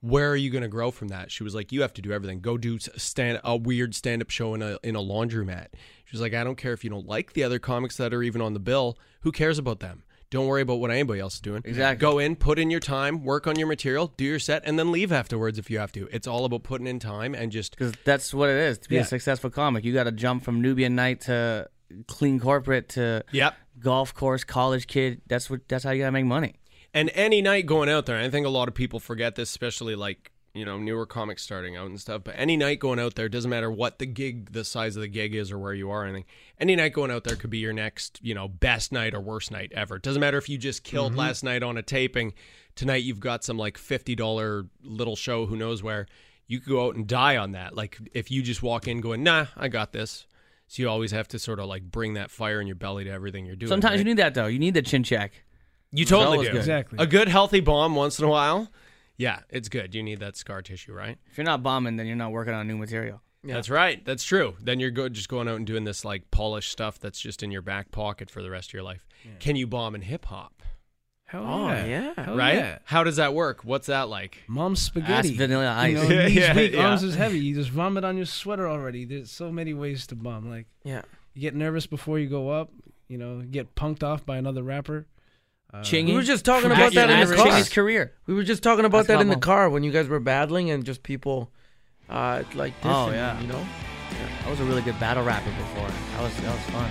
Speaker 5: Where are you going to grow from that? She was like, you have to do everything. Go do s- stand a weird stand up show in a in a laundromat. She was like, I don't care if you don't like the other comics that are even on the bill. Who cares about them? Don't worry about what anybody else is doing.
Speaker 10: Exactly.
Speaker 5: Go in, put in your time, work on your material, do your set, and then leave afterwards if you have to. It's all about putting in time and just
Speaker 10: because that's what it is to be
Speaker 5: Yeah.
Speaker 10: a successful comic. You got to jump from Nubian Night to clean corporate to
Speaker 5: Yep.
Speaker 10: golf course college kid. That's what that's how you got to make money.
Speaker 5: And any night going out there, and I think a lot of people forget this, especially like, you know, newer comics starting out and stuff. But any night going out there, doesn't matter what the gig, the size of the gig is or where you are or anything, any night going out there could be your next, you know, best night or worst night ever. It doesn't matter if you just killed
Speaker 10: Mhm.
Speaker 5: last night on a taping. Tonight you've got some like $50 little show, who knows where. You could go out and die on that. Like if you just walk in going, nah, I got this. So you always have to sort of like bring that fire in your belly to everything you're doing.
Speaker 10: Sometimes
Speaker 5: right?
Speaker 10: you need that though. You need the chin check.
Speaker 5: You
Speaker 10: It's
Speaker 5: totally
Speaker 10: always
Speaker 5: do.
Speaker 10: good.
Speaker 5: A good healthy bomb once in a while. Yeah, it's good. You need that scar tissue, right?
Speaker 10: If you're not bombing, then you're not working on new material.
Speaker 5: That's right. That's true. Then you're go- just going out and doing this like polished stuff that's just in your back pocket for the rest of your life. Can you bomb in hip hop?
Speaker 8: Hell
Speaker 6: Oh, yeah.
Speaker 8: Hell
Speaker 5: right?
Speaker 8: yeah.
Speaker 5: How does that work? What's that like?
Speaker 8: Mom's spaghetti.
Speaker 10: Ask Vanilla
Speaker 8: You
Speaker 10: Ice.
Speaker 8: know, knees
Speaker 5: Yeah,
Speaker 8: weak,
Speaker 5: yeah.
Speaker 8: arms is heavy. You just vomit on your sweater already. There's so many ways to bum. Like,
Speaker 6: Yeah.
Speaker 8: you get nervous before you go up. You know, you get punked off by another rapper. Uh,
Speaker 10: Chingy?
Speaker 6: We were just talking
Speaker 10: From
Speaker 6: about
Speaker 10: Chingy-
Speaker 6: that in
Speaker 10: Ask
Speaker 6: the car.
Speaker 10: Chingy's career.
Speaker 6: We were just talking about
Speaker 10: Ask
Speaker 6: that in the
Speaker 10: Pablo.
Speaker 6: car when you guys were battling and just people, uh, like this.
Speaker 10: Oh, yeah.
Speaker 6: you know.
Speaker 10: I was a really good battle rapper before. That was that was fun.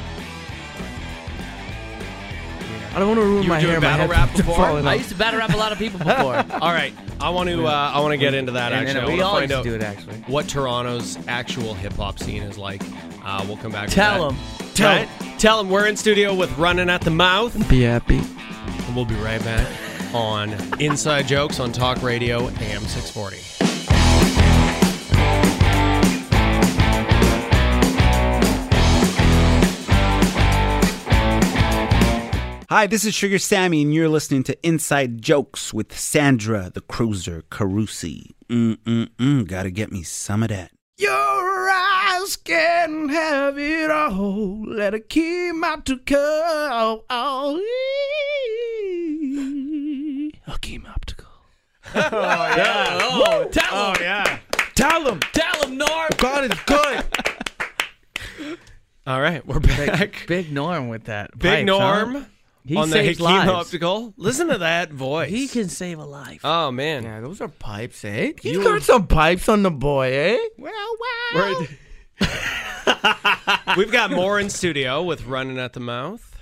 Speaker 6: I don't want to ruin
Speaker 5: You
Speaker 6: my
Speaker 5: were doing
Speaker 6: hair. my
Speaker 5: battle rap
Speaker 6: head's
Speaker 5: before.
Speaker 6: falling off.
Speaker 10: to battle rap a lot of people before.
Speaker 5: All right, I want to. Uh, I want to get into that.
Speaker 10: And- and
Speaker 5: Actually, I
Speaker 10: we
Speaker 5: wanna
Speaker 10: all
Speaker 5: find
Speaker 10: used to
Speaker 5: out
Speaker 10: do it, actually.
Speaker 5: what Toronto's actual hip hop scene is like. Uh, we'll come back.
Speaker 10: Tell 'em.
Speaker 5: with that. Tell them. Tell them we're in studio with Running at the Mouth.
Speaker 6: Be happy.
Speaker 5: And we'll be right back on Inside Jokes on Talk Radio AM 640.
Speaker 1: Hi, this is Sugar Sammy, and you're listening to Inside Jokes with Sandra the Cruiser Carusi. Mm-mm-mm, gotta get me some of that.
Speaker 7: Your eyes can have it all. Let it keep my to Oh, go.
Speaker 6: Hakeem Optical.
Speaker 7: yeah.
Speaker 6: Oh,
Speaker 7: tell him.
Speaker 5: yeah.
Speaker 6: Tell him.
Speaker 10: Tell him, Norm.
Speaker 6: God is good.
Speaker 5: All right, we're back.
Speaker 10: Big, big Norm with that.
Speaker 5: Big
Speaker 10: pipes,
Speaker 5: Norm
Speaker 10: huh?
Speaker 5: on the
Speaker 10: saves
Speaker 5: Hakeem
Speaker 10: lives.
Speaker 5: Optical. Listen to that voice.
Speaker 10: He can save a life.
Speaker 5: Oh man,
Speaker 6: Yeah, those are pipes, eh? You
Speaker 5: You-
Speaker 6: got some pipes on the boy, eh?
Speaker 5: We're- We've got more in studio with Running at the Mouth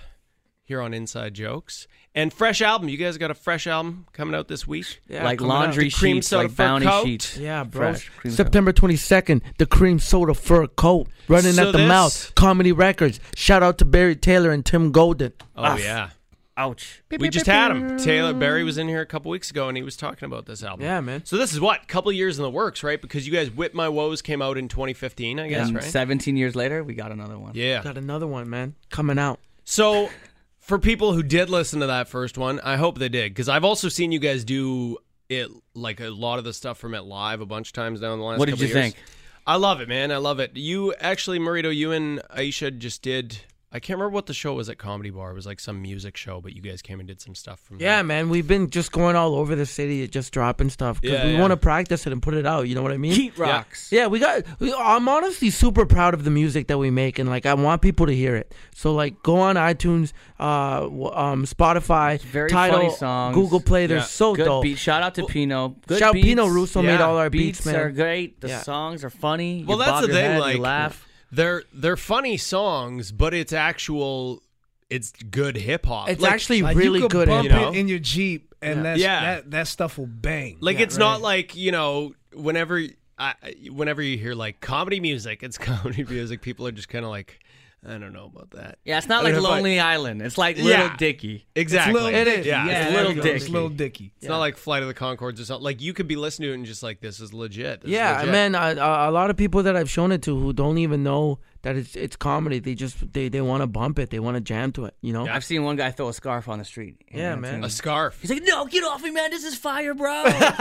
Speaker 5: here on Inside Jokes. And fresh album. You guys got a fresh album coming out this week?
Speaker 6: Yeah,
Speaker 10: like
Speaker 6: coming up.
Speaker 10: laundry
Speaker 5: The cream
Speaker 10: sheets,
Speaker 5: soda
Speaker 10: like
Speaker 5: fur
Speaker 10: bounty
Speaker 5: coat.
Speaker 10: sheets.
Speaker 6: Yeah, bro.
Speaker 10: Fresh cream soda.
Speaker 6: September 22nd, the cream soda fur coat running
Speaker 5: So
Speaker 6: at the
Speaker 5: this-
Speaker 6: mouth. Comedy Records. Shout out to Barry Taylor and Tim Golden.
Speaker 5: Oh,
Speaker 10: Off.
Speaker 5: yeah.
Speaker 10: Ouch.
Speaker 5: We just had him. Taylor Barry was in here a couple weeks ago and he was talking about this album.
Speaker 6: Yeah, man.
Speaker 5: Mm-hmm. So this is what? couple years in the works, right? Because you guys Whip My Woes came out in 2015, I guess,
Speaker 10: And
Speaker 5: right?
Speaker 10: 17 years later, we got another one.
Speaker 5: Yeah.
Speaker 6: Got another one, man, coming out.
Speaker 5: So, for people who did listen to that first one, I hope they did because I've also seen you guys do it like a lot of the stuff from it live a bunch of times now in the last.
Speaker 10: What did
Speaker 5: couple
Speaker 10: you
Speaker 5: years.
Speaker 10: think?
Speaker 5: I love it, man. I love it. You actually, Marito, you and Aisha just did. I can't remember what the show was at Comedy Bar. It was like some music show, but you guys came and did some stuff from.
Speaker 6: Yeah,
Speaker 5: that.
Speaker 6: man, we've been just going all over the city, just dropping stuff because
Speaker 5: Yeah,
Speaker 6: we
Speaker 5: yeah.
Speaker 6: want to practice it and put it out. You know what I mean?
Speaker 10: Heat rocks.
Speaker 6: Yeah, we got. We, I'm honestly super proud of the music that we make, and like I want people to hear it. So like, go on iTunes, uh, w- um, Spotify,
Speaker 10: very
Speaker 6: Tidal,
Speaker 10: funny songs.
Speaker 6: Google Play. They're
Speaker 5: Yeah.
Speaker 6: so
Speaker 10: Good
Speaker 6: dope.
Speaker 10: beat. Shout out to Pino. Good
Speaker 6: Shout
Speaker 10: beats.
Speaker 6: Pino Russo made
Speaker 5: Yeah,
Speaker 6: all our beats,
Speaker 10: beats,
Speaker 6: man.
Speaker 10: are great. The
Speaker 6: Yeah.
Speaker 10: songs are funny. You
Speaker 5: Well,
Speaker 10: bob
Speaker 5: that's the
Speaker 10: your
Speaker 5: thing.
Speaker 10: head, you
Speaker 5: like,
Speaker 10: laugh.
Speaker 5: they're they're funny songs, but it's actual, it's good hip hop.
Speaker 6: It's
Speaker 5: Like,
Speaker 6: actually
Speaker 8: Like,
Speaker 6: really
Speaker 8: you could
Speaker 6: good.
Speaker 8: Bump
Speaker 5: you know?
Speaker 8: it in your jeep, and that's,
Speaker 5: Yeah.
Speaker 8: that that stuff will bang.
Speaker 5: Like
Speaker 8: Yeah,
Speaker 5: it's not like you know whenever I, whenever you hear like comedy music, it's comedy music. People are just kind of like, I don't know about that.
Speaker 10: Yeah, it's not
Speaker 5: I
Speaker 10: like
Speaker 5: don't know if I-
Speaker 10: Lonely Island. It's like Little
Speaker 5: Yeah.
Speaker 10: Dicky.
Speaker 5: Exactly,
Speaker 8: Lil- it is.
Speaker 5: Yeah,
Speaker 8: Yeah,
Speaker 5: it's,
Speaker 8: there
Speaker 5: little
Speaker 8: you go.
Speaker 5: dick.
Speaker 8: It's Lil Dicky.
Speaker 5: It's not like Flight of the Concords or something. Like you could be listening to it and just like, this is legit. This is
Speaker 6: Yeah,
Speaker 5: legit.
Speaker 6: man, I, I, a lot of people that I've shown it to who don't even know that it's it's comedy. They just they they want to bump it. They want to jam to it. You know?
Speaker 10: I've seen one guy throw a scarf on the street.
Speaker 6: Yeah,
Speaker 10: it's
Speaker 6: man.
Speaker 10: in-
Speaker 5: a scarf.
Speaker 10: He's like, no, get off me, man. This is fire, bro.
Speaker 8: He just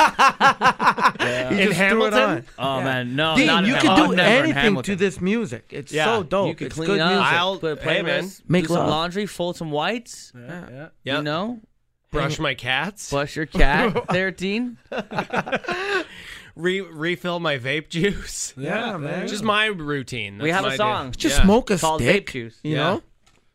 Speaker 8: threw it on.
Speaker 10: Oh man, no,
Speaker 6: Dude,
Speaker 10: not in
Speaker 6: you
Speaker 10: Ham-
Speaker 6: can
Speaker 10: oh,
Speaker 6: do
Speaker 10: never in
Speaker 6: anything to
Speaker 10: Hamilton.
Speaker 6: this music. It's
Speaker 5: Yeah,
Speaker 6: so dope.
Speaker 10: You can
Speaker 6: it's
Speaker 10: clean
Speaker 6: good
Speaker 10: up,
Speaker 6: music.
Speaker 5: I'll-
Speaker 10: put a
Speaker 5: hey, man.
Speaker 10: playlist,
Speaker 6: Make
Speaker 10: do some
Speaker 6: love.
Speaker 10: laundry, fold some whites.
Speaker 5: Yeah.
Speaker 10: You know,
Speaker 5: Brush my cats.
Speaker 10: brush your cat. Thirteen.
Speaker 5: Re- refill my vape juice.
Speaker 6: yeah, man.
Speaker 5: Just my routine.
Speaker 10: We
Speaker 5: That's
Speaker 10: have a
Speaker 5: my
Speaker 10: song.
Speaker 5: day.
Speaker 6: Just
Speaker 5: Yeah.
Speaker 6: smoke a
Speaker 10: It's called
Speaker 6: stick.
Speaker 10: vape juice.
Speaker 6: You
Speaker 5: Yeah.
Speaker 6: know,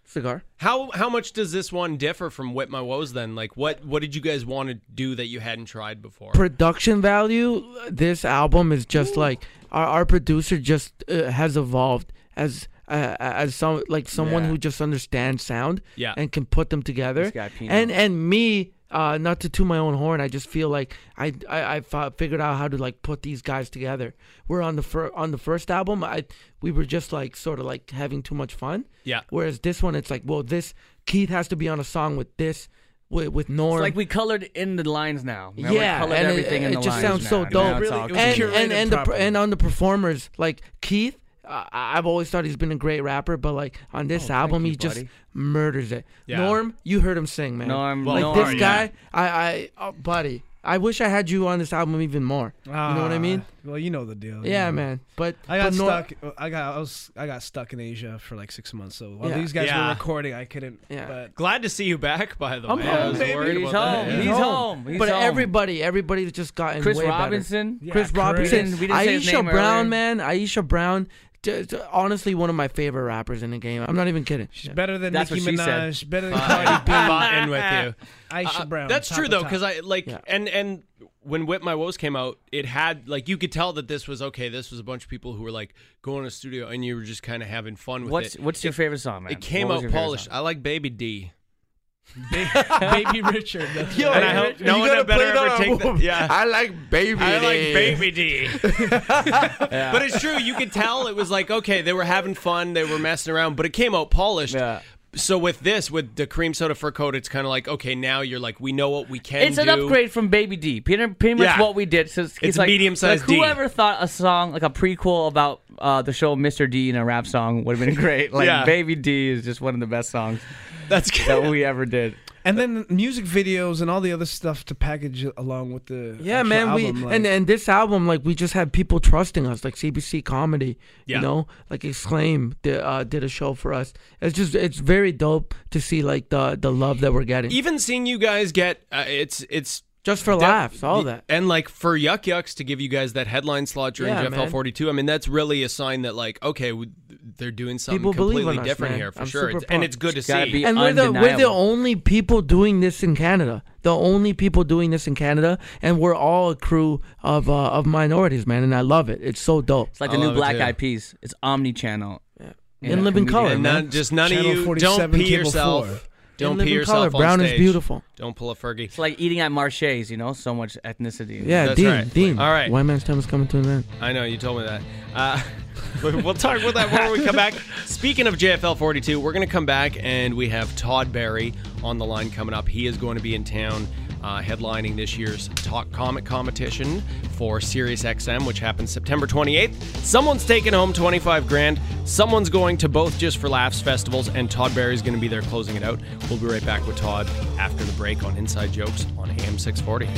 Speaker 6: cigar.
Speaker 5: How how much does this one differ from Whip My Woes? Then, like, what what did you guys want to do that you hadn't tried before?
Speaker 6: Production value. This album is just like our our producer just uh, has evolved as. Uh, as some like someone
Speaker 10: Yeah.
Speaker 6: who just understands sound
Speaker 5: Yeah.
Speaker 6: and can put them together
Speaker 10: This guy, Pino.
Speaker 6: and and me uh not to toot my own horn i just feel like i i, I fi- figured out how to like put these guys together we're on the fir- on the first album i we were just like sort of like having too much fun
Speaker 5: Yeah.
Speaker 6: Whereas this one, it's like, well, this Keith has to be on a song with this, with, with Norm.
Speaker 10: It's like we colored in the lines now. You know, we
Speaker 6: yeah,
Speaker 10: colored
Speaker 6: and
Speaker 10: everything
Speaker 6: it,
Speaker 10: in the
Speaker 6: it just
Speaker 10: lines
Speaker 6: sounds
Speaker 10: now.
Speaker 6: so
Speaker 10: Now
Speaker 6: dope.
Speaker 10: it's all
Speaker 8: Really, it was
Speaker 10: good.
Speaker 6: and
Speaker 8: curated
Speaker 6: and and, the, per-
Speaker 8: properly.
Speaker 6: and on the performers, like Keith, uh, I've always thought he's been a great rapper, but like on this album,
Speaker 10: Oh, you,
Speaker 6: he just
Speaker 10: buddy.
Speaker 6: murders it.
Speaker 5: Yeah.
Speaker 6: Norm, you heard him sing, man.
Speaker 10: Norm-
Speaker 6: like
Speaker 10: Norm,
Speaker 6: this guy,
Speaker 10: yeah.
Speaker 6: I, I, oh, buddy, I wish I had you on this album even more. you know what I
Speaker 8: Ah,
Speaker 6: mean?
Speaker 8: Well, you know the deal.
Speaker 6: Yeah,
Speaker 8: You know.
Speaker 6: man. But
Speaker 8: I got
Speaker 6: but Norm-
Speaker 8: stuck. I got I was I got stuck in Asia for like six months. So while
Speaker 6: Yeah.
Speaker 8: these guys
Speaker 5: Yeah.
Speaker 8: were recording, I couldn't.
Speaker 6: Yeah.
Speaker 8: But
Speaker 5: Glad to see you back, by the
Speaker 6: I'm
Speaker 5: way. I
Speaker 6: home,
Speaker 5: was
Speaker 8: baby.
Speaker 5: worried
Speaker 10: He's
Speaker 5: about
Speaker 10: home.
Speaker 5: that.
Speaker 10: He's home. He's
Speaker 6: but
Speaker 10: home.
Speaker 6: everybody, everybody's just gotten
Speaker 10: Chris
Speaker 6: way better.
Speaker 10: Robinson.
Speaker 8: Yeah,
Speaker 6: Chris
Speaker 8: Chris.
Speaker 6: Robinson,
Speaker 10: We didn't say his
Speaker 6: Aisha
Speaker 10: name
Speaker 6: Brown,
Speaker 10: earlier.
Speaker 6: man, Aisha Brown just, honestly one of my favorite rappers in the game. I'm not even kidding. She's
Speaker 8: better than
Speaker 6: That's
Speaker 8: Nicki
Speaker 6: what she said.
Speaker 8: Minaj, better than
Speaker 6: Fine.
Speaker 8: Cardi B.
Speaker 5: Fine with you.
Speaker 8: Aisha
Speaker 5: Uh,
Speaker 8: Brown.
Speaker 5: That's
Speaker 8: top
Speaker 5: true
Speaker 8: of
Speaker 5: though,
Speaker 8: top.
Speaker 5: because I like and and when Whip My Woes came out, it had like you could tell that this was okay. This was a bunch of people who were like going to the studio, and you were just kind of having fun with
Speaker 10: What's-
Speaker 5: it.
Speaker 10: what's your
Speaker 5: It-
Speaker 10: favorite song, man?
Speaker 5: It came
Speaker 10: What was
Speaker 5: out
Speaker 10: your favorite
Speaker 5: polished. I like Baby D.
Speaker 8: Baby Richard. that's
Speaker 5: Yo,
Speaker 8: right.
Speaker 5: and I hope no one had better ever take that. Yeah,
Speaker 12: I like baby.
Speaker 5: I like
Speaker 12: D.
Speaker 5: Baby D. But it's true. You could tell it was like okay, they were having fun, they were messing around, but it came out polished. So with this, with the cream soda fur coat, it's kind of like okay, now you're like we know what we can.
Speaker 10: it's an
Speaker 5: do.
Speaker 10: upgrade from Baby D. Pretty, pretty much
Speaker 5: Yeah.
Speaker 10: what we did. So it's,
Speaker 5: It's
Speaker 10: like,
Speaker 5: medium-sized
Speaker 10: like
Speaker 5: D.
Speaker 10: Whoever thought a song like a prequel about uh, the show Mr. D in a rap song would have been great. Like
Speaker 8: Yeah.
Speaker 10: Baby D is just one of the best songs.
Speaker 5: That's
Speaker 10: that we ever did.
Speaker 8: And then music videos and all the other stuff to package it along with the
Speaker 6: Yeah,
Speaker 8: actual
Speaker 6: man.
Speaker 8: album,
Speaker 6: we
Speaker 8: like-
Speaker 6: and and this album, like, we just had people trusting us, like CBC Comedy.
Speaker 8: Yeah.
Speaker 6: You know, like Exclaim did, uh, did a show for us. It's just it's very dope to see like the the love that we're getting.
Speaker 5: Even seeing you guys get uh, it's it's
Speaker 6: just for laughs, all that.
Speaker 5: and like for Yuck Yucks to give you guys that headline slot during
Speaker 6: Yeah,
Speaker 5: GFL
Speaker 6: man.
Speaker 5: 42. I mean, that's really a sign that like okay, w- they're doing something
Speaker 6: People believe
Speaker 5: completely
Speaker 6: in us,
Speaker 5: different
Speaker 6: man.
Speaker 5: here for
Speaker 6: I'm
Speaker 5: sure,
Speaker 6: super
Speaker 5: It's- and
Speaker 6: pumped.
Speaker 5: it's good to
Speaker 10: It's gotta
Speaker 5: see.
Speaker 10: be
Speaker 6: and we're the we're the only people doing this in Canada. The only people doing this in Canada, and we're all a crew of uh, of minorities, man. And I love it. It's so dope.
Speaker 10: It's like the new Black Eyed Peas. It's omni channel.
Speaker 6: In living color,
Speaker 5: and
Speaker 6: man.
Speaker 5: not, just none
Speaker 6: Channel
Speaker 5: of you.
Speaker 6: 47,
Speaker 5: Don't pee
Speaker 6: cable four.
Speaker 5: yourself. Don't
Speaker 6: In
Speaker 5: pee
Speaker 6: living
Speaker 5: yourself.
Speaker 6: color,
Speaker 5: on
Speaker 6: brown is
Speaker 5: stage.
Speaker 6: beautiful.
Speaker 5: Don't pull a Fergie.
Speaker 10: It's like eating at Marche's, you know, so much ethnicity.
Speaker 6: Yeah, Dean, Dean.
Speaker 5: All right.
Speaker 6: White man's time is coming to an end.
Speaker 5: I know you told me that. Uh, but we'll talk about that when we come back. Speaking of JFL 42, we're going to come back and we have Todd Barry on the line coming up. He is going to be in town uh, headlining this year's Talk Comic competition for Sirius XM, which happens September 28th. Someone's taking home 25 grand. Someone's going to both Just for Laughs festivals, and Todd Barry's going to be there closing it out. We'll be right back with Todd after the break on Inside Jokes on AM 640.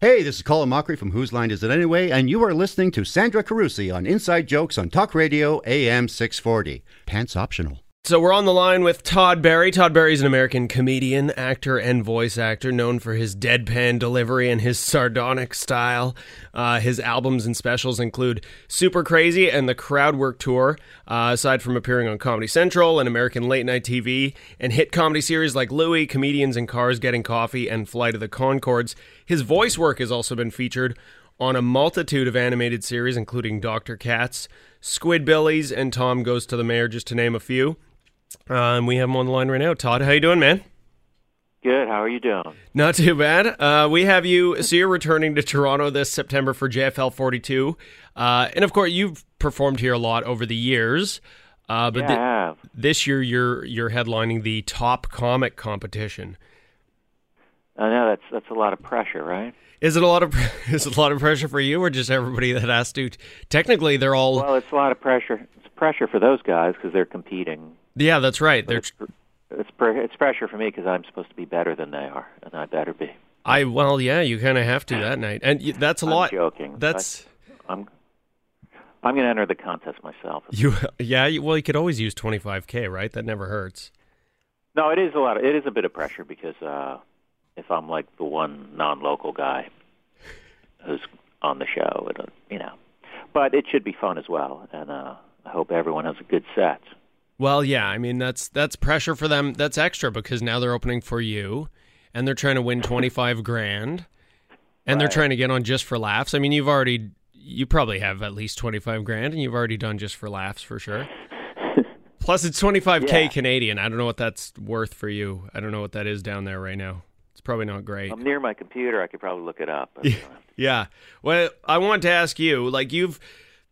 Speaker 13: Hey, this is Colin Mockery from Whose Line Is It Anyway, and you are listening to Sandra Carusi on Inside Jokes on Talk Radio AM 640. Pants optional.
Speaker 5: So we're on the line with Todd Barry. Todd Barry is an American comedian, actor, and voice actor known for his deadpan delivery and his sardonic style. Uh, his albums and specials include Super Crazy and the Crowdwork Tour. Uh, aside from appearing on Comedy Central and American Late Night TV and hit comedy series like Louie, Comedians in Cars Getting Coffee, and Flight of the Concords, his voice work has also been featured on a multitude of animated series, including Dr. Katz, Squidbillies, and Tom Goes to the Mayor, just to name a few. Um, we have him on the line right now. Todd, how you doing, man?
Speaker 14: Good. How are you doing?
Speaker 5: Not too bad. Uh, we have you. So you're returning to Toronto this September for JFL 42, uh, and of course you've performed here a lot over the years. Uh, but
Speaker 14: Yeah,
Speaker 5: thi-
Speaker 14: I have.
Speaker 5: this year you're you're headlining the Top Comic competition.
Speaker 14: I know that's that's a lot of pressure, right?
Speaker 5: Is it a lot of pre- is it a lot of pressure for you, or just everybody that has to? Technically, they're all.
Speaker 14: Well, it's a lot of pressure. It's pressure for those guys because they're competing.
Speaker 5: Yeah, that's right. They're.
Speaker 14: It's pre- it's pressure for me because I'm supposed to be better than they are, and I better be.
Speaker 5: I well, yeah, you kind of have to that night, and y- that's a lot.
Speaker 14: I'm joking.
Speaker 5: That's
Speaker 14: I, am I'm going to enter the contest myself.
Speaker 5: you. Yeah, you, well, you could always use 25k, right? That never hurts.
Speaker 14: No, it is a lot. Of, it is a bit of pressure because uh, if I'm like the one non-local guy who's on the show, it'll, you know. But it should be fun as well, and uh, I hope everyone has a good set.
Speaker 5: Well, yeah, I mean that's that's pressure for them. That's extra because now they're opening for you, and they're trying to win twenty five grand, and they're
Speaker 14: Right.
Speaker 5: trying to get on just for laughs. I mean, you've already you probably have at least twenty five grand, and you've already done just for laughs for sure. Plus, it's twenty five k
Speaker 14: Yeah.
Speaker 5: Canadian. I don't know what that's worth for you. I don't know what that is down there right now. It's probably not great.
Speaker 14: I'm near my computer. I could probably look it up. but-
Speaker 5: Yeah. Well, I want to ask you, like you've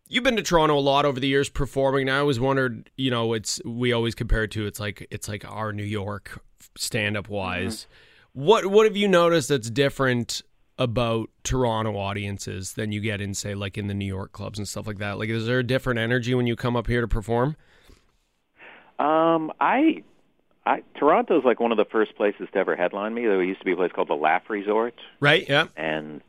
Speaker 5: you've been to Toronto a lot over the years performing, and I always wondered, you know, it's we always compare it to it's like it's like our New York stand up wise. What what have you noticed that's different about Toronto audiences than you get in say like in the New York clubs and stuff like that? Like is there a different energy when you come up here to perform?
Speaker 14: Um, I, I Toronto's like one of the first places to ever headline me. There used to be a place called the Laugh Resort,
Speaker 5: Right? Yeah.
Speaker 14: and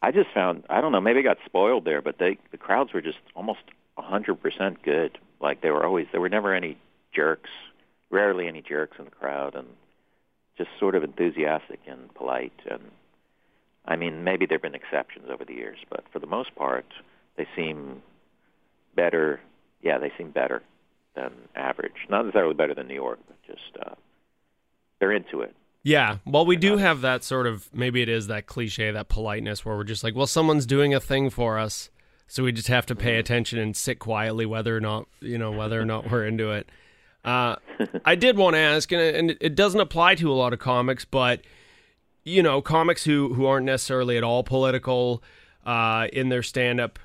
Speaker 14: I just found I don't know maybe I got spoiled there, but they the crowds were just almost a hundred percent good. Like they were always there were never any jerks. rarely any jerks in the crowd, and just sort of enthusiastic and polite. And I mean, maybe there have been exceptions over the years, but for the most part, they seem better. Yeah, they seem better than average. Not necessarily better than New York, but just uh, they're into it.
Speaker 5: Yeah. Well, we do have that sort of maybe it is that cliche, that politeness where we're just like, well, someone's doing a thing for us, so we just have to pay attention and sit quietly, whether or not you know whether or not we're into it. Uh, I did want to ask, and it, and it doesn't apply to a lot of comics, but you know, comics who who aren't necessarily at all political uh, in their stand up.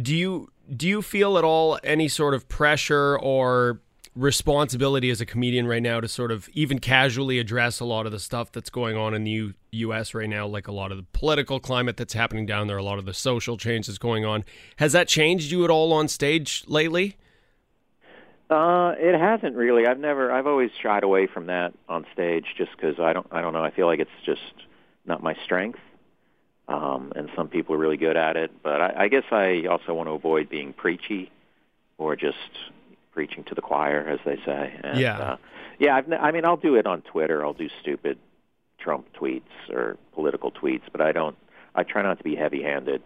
Speaker 5: Do you do you feel at all any sort of pressure or responsibility as a comedian right now to sort of even casually address a lot of the stuff that's going on in the U- US right now like a lot of the political climate that's happening down there a lot of the social change that's going on has that changed you at all on stage lately
Speaker 14: Uh, it hasn't really. I've never. I've always shied away from that on stage, just because I don't. I don't know. I feel like it's just not my strength. Um, and some people are really good at it, but I, I guess I also want to avoid being preachy or just preaching to the choir, as they say. And,
Speaker 5: Yeah.
Speaker 14: Uh, yeah. I've, ne- I mean, I'll do it on Twitter. I'll do stupid Trump tweets or political tweets, but I don't. I try not to be heavy-handed.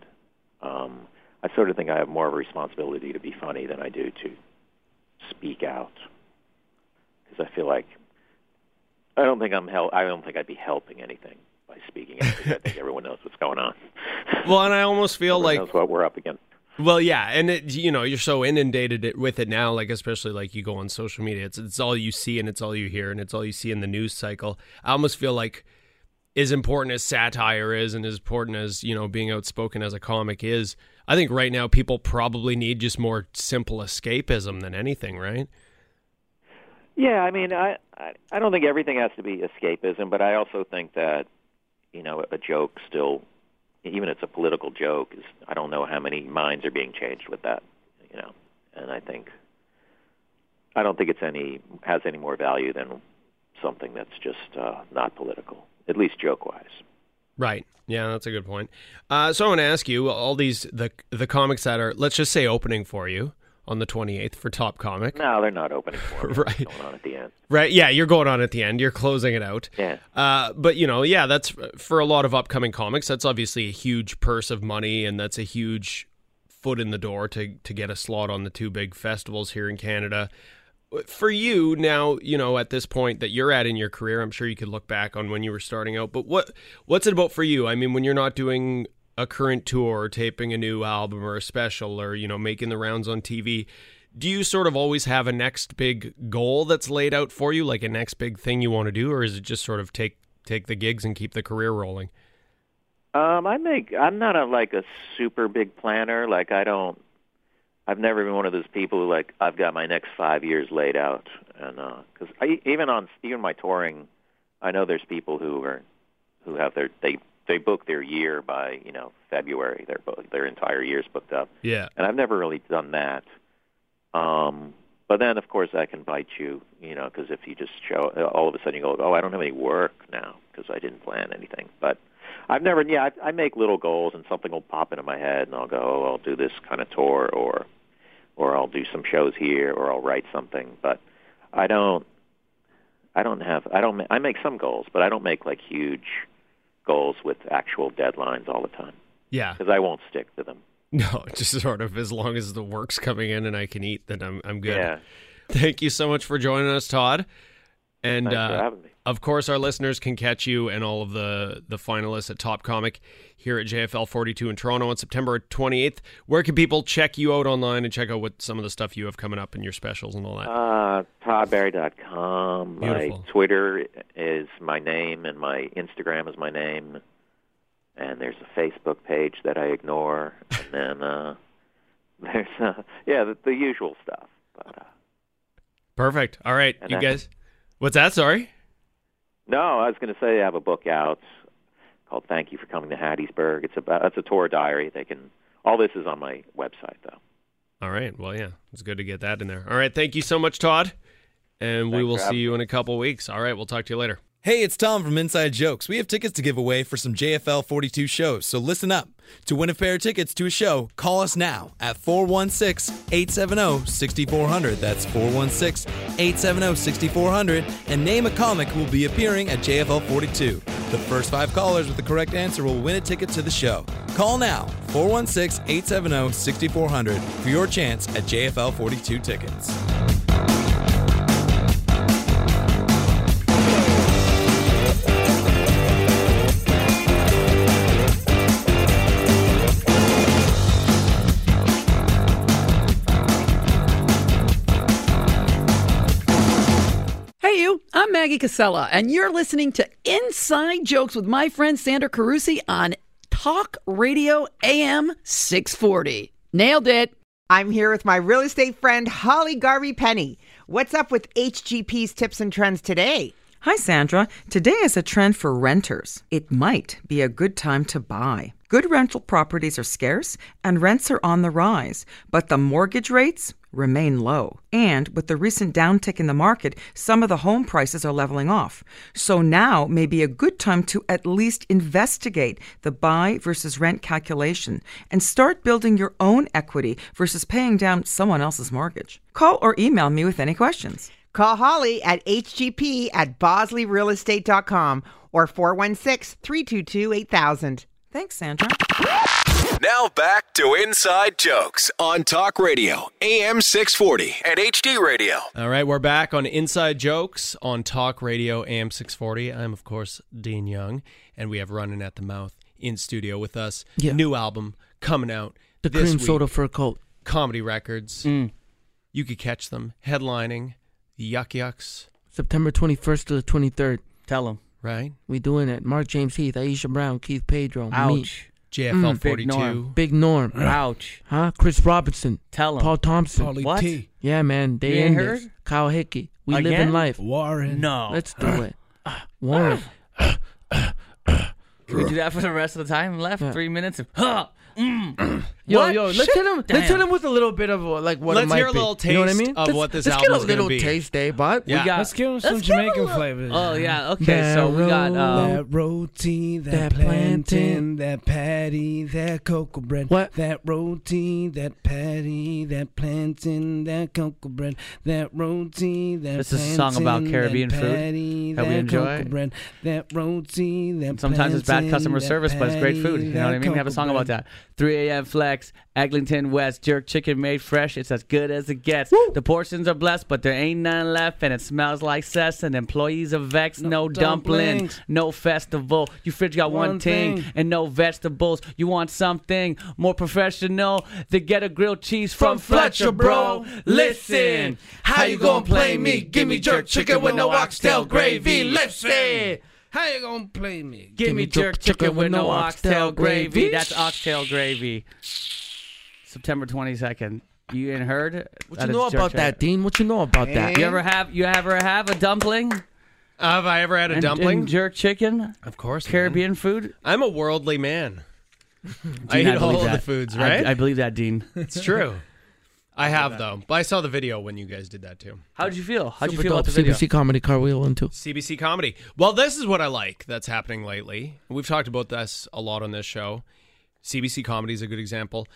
Speaker 14: Um, I sort of think I have more of a responsibility to be funny than I do to speak out because I feel like I don't think I'm hel- I don't think I'd be helping anything by speaking out. 'cause I think everyone knows what's going on.
Speaker 5: well and I almost feel
Speaker 14: Everyone
Speaker 5: like
Speaker 14: knows what we're up against.
Speaker 5: Well, yeah, and it, you know you're so inundated it- with it now. Like especially like you go on social media, it's it's all you see and it's all you hear and it's all you see in the news cycle. I almost feel like as important as satire is and as important as you know being outspoken as a comic is, I think right now people probably need just more simple escapism than anything, right?
Speaker 14: Yeah, I mean, I, I I don't think everything has to be escapism, but I also think that you know a joke still, even if it's a political joke, is I don't know how many minds are being changed with that, you know, and I think I don't think it's any has any more value than something that's just uh, not political, at least joke wise.
Speaker 5: Right. Yeah, that's a good point. Uh, so I want to ask you all these the the comics that are let's just say opening for you on the 28th for Top Comic.
Speaker 14: No, they're not opening for it.
Speaker 5: right.
Speaker 14: Going on at the end.
Speaker 5: Right. Yeah, you're going on at the end. You're closing it out.
Speaker 14: Yeah.
Speaker 5: Uh, but you know, yeah, that's for a lot of upcoming comics. That's obviously a huge purse of money, and that's a huge foot in the door to to get a slot on the two big festivals here in Canada. For you now, you know, at this point that you're at in your career, I'm sure you could look back on when you were starting out. But what what's it about for you? I mean, when you're not doing a current tour or taping a new album or a special or you know making the rounds on TV, do you sort of always have a next big goal that's laid out for you, like a next big thing you want to do, or is it just sort of take take the gigs and keep the career rolling?
Speaker 14: Um, I make. I'm not a like a super big planner. Like I don't. I've never been one of those people who like I've got my next five years laid out, and because I even on even my touring, I know there's people who are who have their they they book their year by you know February. Their bo- their entire year's booked up,
Speaker 5: Yeah.
Speaker 14: and I've never really done that. Um, but then of course that can bite you, you know, because if you just show all of a sudden you go, oh, I don't have any work now because I didn't plan anything, but. I've never, yeah, I, I make little goals and something will pop into my head and I'll go, oh, I'll do this kind of tour or, or I'll do some shows here or I'll write something. But I don't, I don't have, I don't, ma- I make some goals, but I don't make like huge goals with actual deadlines all the time
Speaker 5: Yeah.
Speaker 14: because I won't stick to them.
Speaker 5: No, just sort of as long as the work's coming in and I can eat, then I'm I'm good.
Speaker 14: Yeah.
Speaker 5: Thank you so much for joining us, Todd. And
Speaker 14: Thanks
Speaker 5: uh,
Speaker 14: for having me.
Speaker 5: of course, our listeners can catch you and all of the the finalists at Top Comic here at JFL 42 in Toronto on September 28th. Where can people check you out online and check out what some of the stuff you have coming up and your specials and all that?
Speaker 14: Uh, ToddBarry.com. My
Speaker 5: Beautiful.
Speaker 14: Twitter is my name, and my Instagram is my name. And there's a Facebook page that I ignore, and then uh, there's uh, yeah the, the usual stuff. uh,
Speaker 5: Perfect. All right,
Speaker 14: And
Speaker 5: you
Speaker 14: that's-
Speaker 5: guys. What's that? Sorry.
Speaker 14: No, I was going to say I have a book out called "Thank You for Coming to Hattiesburg." It's about it's a tour diary. They can all this is on my website though.
Speaker 5: All right. Well, yeah, it's good to get that in there. All right. Thank you so much, Todd. And we
Speaker 14: Thanks
Speaker 5: will
Speaker 14: for
Speaker 5: see
Speaker 14: having
Speaker 5: you in a couple weeks. All right. We'll talk to you later.
Speaker 12: Hey, it's Tom from Inside Jokes. We have tickets to give away for some JFL 42 shows, so listen up. To win a pair of tickets to a show, call us now at 416 870 6400. That's 416 870 6400 and name a comic who will be appearing at JFL 42. The first five callers with the correct answer will win a ticket to the show. Call now 416 870 6400 for your chance at JFL 42 tickets.
Speaker 15: Hey, you, I'm Maggie Casella, and you're listening to Inside Jokes with my friend Sandra Carusi on Talk Radio AM 640. Nailed it.
Speaker 16: I'm here with my real estate friend, Holly Garvey Penny. What's up with HGP's tips and trends today?
Speaker 17: Hi, Sandra. Today is a trend for renters. It might be a good time to buy. Good rental properties are scarce and rents are on the rise, but the mortgage rates remain low. And with the recent downtick in the market, some of the home prices are leveling off. So now may be a good time to at least investigate the buy versus rent calculation and start building your own equity versus paying down someone else's mortgage. Call or email me with any questions.
Speaker 16: Call Holly at HGP at bosleyrealestate.com or 416 322 8000.
Speaker 17: Thanks, Sandra.
Speaker 4: Now back to Inside Jokes on Talk Radio, AM 640 and HD Radio.
Speaker 5: All right, we're back on Inside Jokes on Talk Radio AM 640. I'm, of course, Dean Young, and we have Running at the Mouth in studio with us.
Speaker 6: Yeah.
Speaker 5: New album coming out.
Speaker 6: The
Speaker 5: this
Speaker 6: cream
Speaker 5: week.
Speaker 6: soda for a coat.
Speaker 5: Comedy
Speaker 10: Mm.
Speaker 5: Records. You could catch them headlining Yuck Yucks.
Speaker 6: September 21st to the 23rd.
Speaker 10: Tell them.
Speaker 5: Right?
Speaker 6: We doing it. Mark James Heath, Aisha Brown, Keith Pedro, me.
Speaker 10: Ouch. JFL 42.
Speaker 6: Big Norm.
Speaker 10: Ouch.
Speaker 6: Huh? Chris Robinson.
Speaker 10: Tell 'em.
Speaker 6: Paul Thompson.
Speaker 10: Paulie What? T.
Speaker 6: Yeah, man. They
Speaker 10: You
Speaker 6: end
Speaker 10: ain't
Speaker 6: this.
Speaker 10: heard?
Speaker 6: Kyle Hickey. We live
Speaker 10: Again?
Speaker 6: in life.
Speaker 10: Warren. No.
Speaker 6: Let's do it. Ah, Warren.
Speaker 5: Ah,
Speaker 10: Can we do that for the rest of the time left? Three minutes of, huh. Mm.
Speaker 6: Yo,
Speaker 10: What?
Speaker 6: yo, let's
Speaker 10: Shit.
Speaker 6: hit him. Let's
Speaker 10: Damn.
Speaker 6: hit him with a little bit of uh, like what
Speaker 5: Let's
Speaker 6: it might
Speaker 5: hear a
Speaker 6: be.
Speaker 5: little
Speaker 6: you know what I
Speaker 5: taste
Speaker 6: mean?
Speaker 5: of
Speaker 6: let's,
Speaker 5: what this
Speaker 6: let's get a
Speaker 5: album's gonna
Speaker 6: little
Speaker 5: be.
Speaker 6: taste, eh, bud?
Speaker 5: Yeah.
Speaker 8: Let's give him
Speaker 5: Let's
Speaker 8: some
Speaker 5: give 'em a
Speaker 8: Jamaican
Speaker 5: little-
Speaker 8: flavors.
Speaker 10: Oh, yeah, okay, so we got, um,
Speaker 8: that roti, that,
Speaker 6: that
Speaker 8: plantain, that patty, that cocoa bread. What? That roti, that patty, that plantain, that cocoa bread. That roti, that
Speaker 10: This is a song about
Speaker 8: plantain,
Speaker 10: Caribbean
Speaker 8: that
Speaker 10: food
Speaker 8: patty,
Speaker 10: that we enjoy.
Speaker 8: cocoa bread. That roti, that
Speaker 10: Sometimes it's bad
Speaker 8: plantain,
Speaker 10: customer
Speaker 8: that
Speaker 10: service, but it's great
Speaker 8: patty,
Speaker 10: food. You know
Speaker 8: that
Speaker 10: what I mean? We have a
Speaker 8: cocoa
Speaker 10: song about
Speaker 8: bread.
Speaker 10: that. 3 a.m. Flex, Eglinton West, jerk chicken made fresh. It's as good as it gets. The portions are blessed, but there ain't none left, and it smells like cess. And employees are vexed. No, dumpling,
Speaker 18: dumplings.
Speaker 10: no festival. Your fridge got one,
Speaker 18: One
Speaker 10: thing,
Speaker 18: thing.
Speaker 10: and no vegetables. You want something more professional? Then get a grilled cheese from, Fletcher, bro. Listen, how you gonna play me? Give me jerk chicken with no oxtail gravy. Listen.
Speaker 8: How you gonna play me?
Speaker 10: Give me jerk chicken with no oxtail gravy. That's oxtail gravy. September 22nd. You ain't heard?
Speaker 6: What you know about that, Dean? What you know about that?
Speaker 10: You ever have you ever have a dumpling?
Speaker 5: Have I ever had a
Speaker 10: And-
Speaker 5: dumpling?
Speaker 10: and jerk chicken?
Speaker 5: Of course.
Speaker 10: Caribbean food?
Speaker 5: I'm a worldly man. I
Speaker 10: Dean,
Speaker 5: eat all
Speaker 10: believe
Speaker 5: of the
Speaker 10: that.
Speaker 5: foods,
Speaker 10: I-
Speaker 5: right?
Speaker 10: I, believe that, Dean.
Speaker 5: It's true. I have though, but I saw the video when you guys did that too.
Speaker 10: How did you feel? How did you
Speaker 6: Super
Speaker 10: feel about
Speaker 6: dope
Speaker 10: the video?
Speaker 6: CBC comedy car wheel into.
Speaker 5: CBC comedy. Well, this is what I like that's happening lately. We've talked about this a lot on this show. CBC comedy is a good example.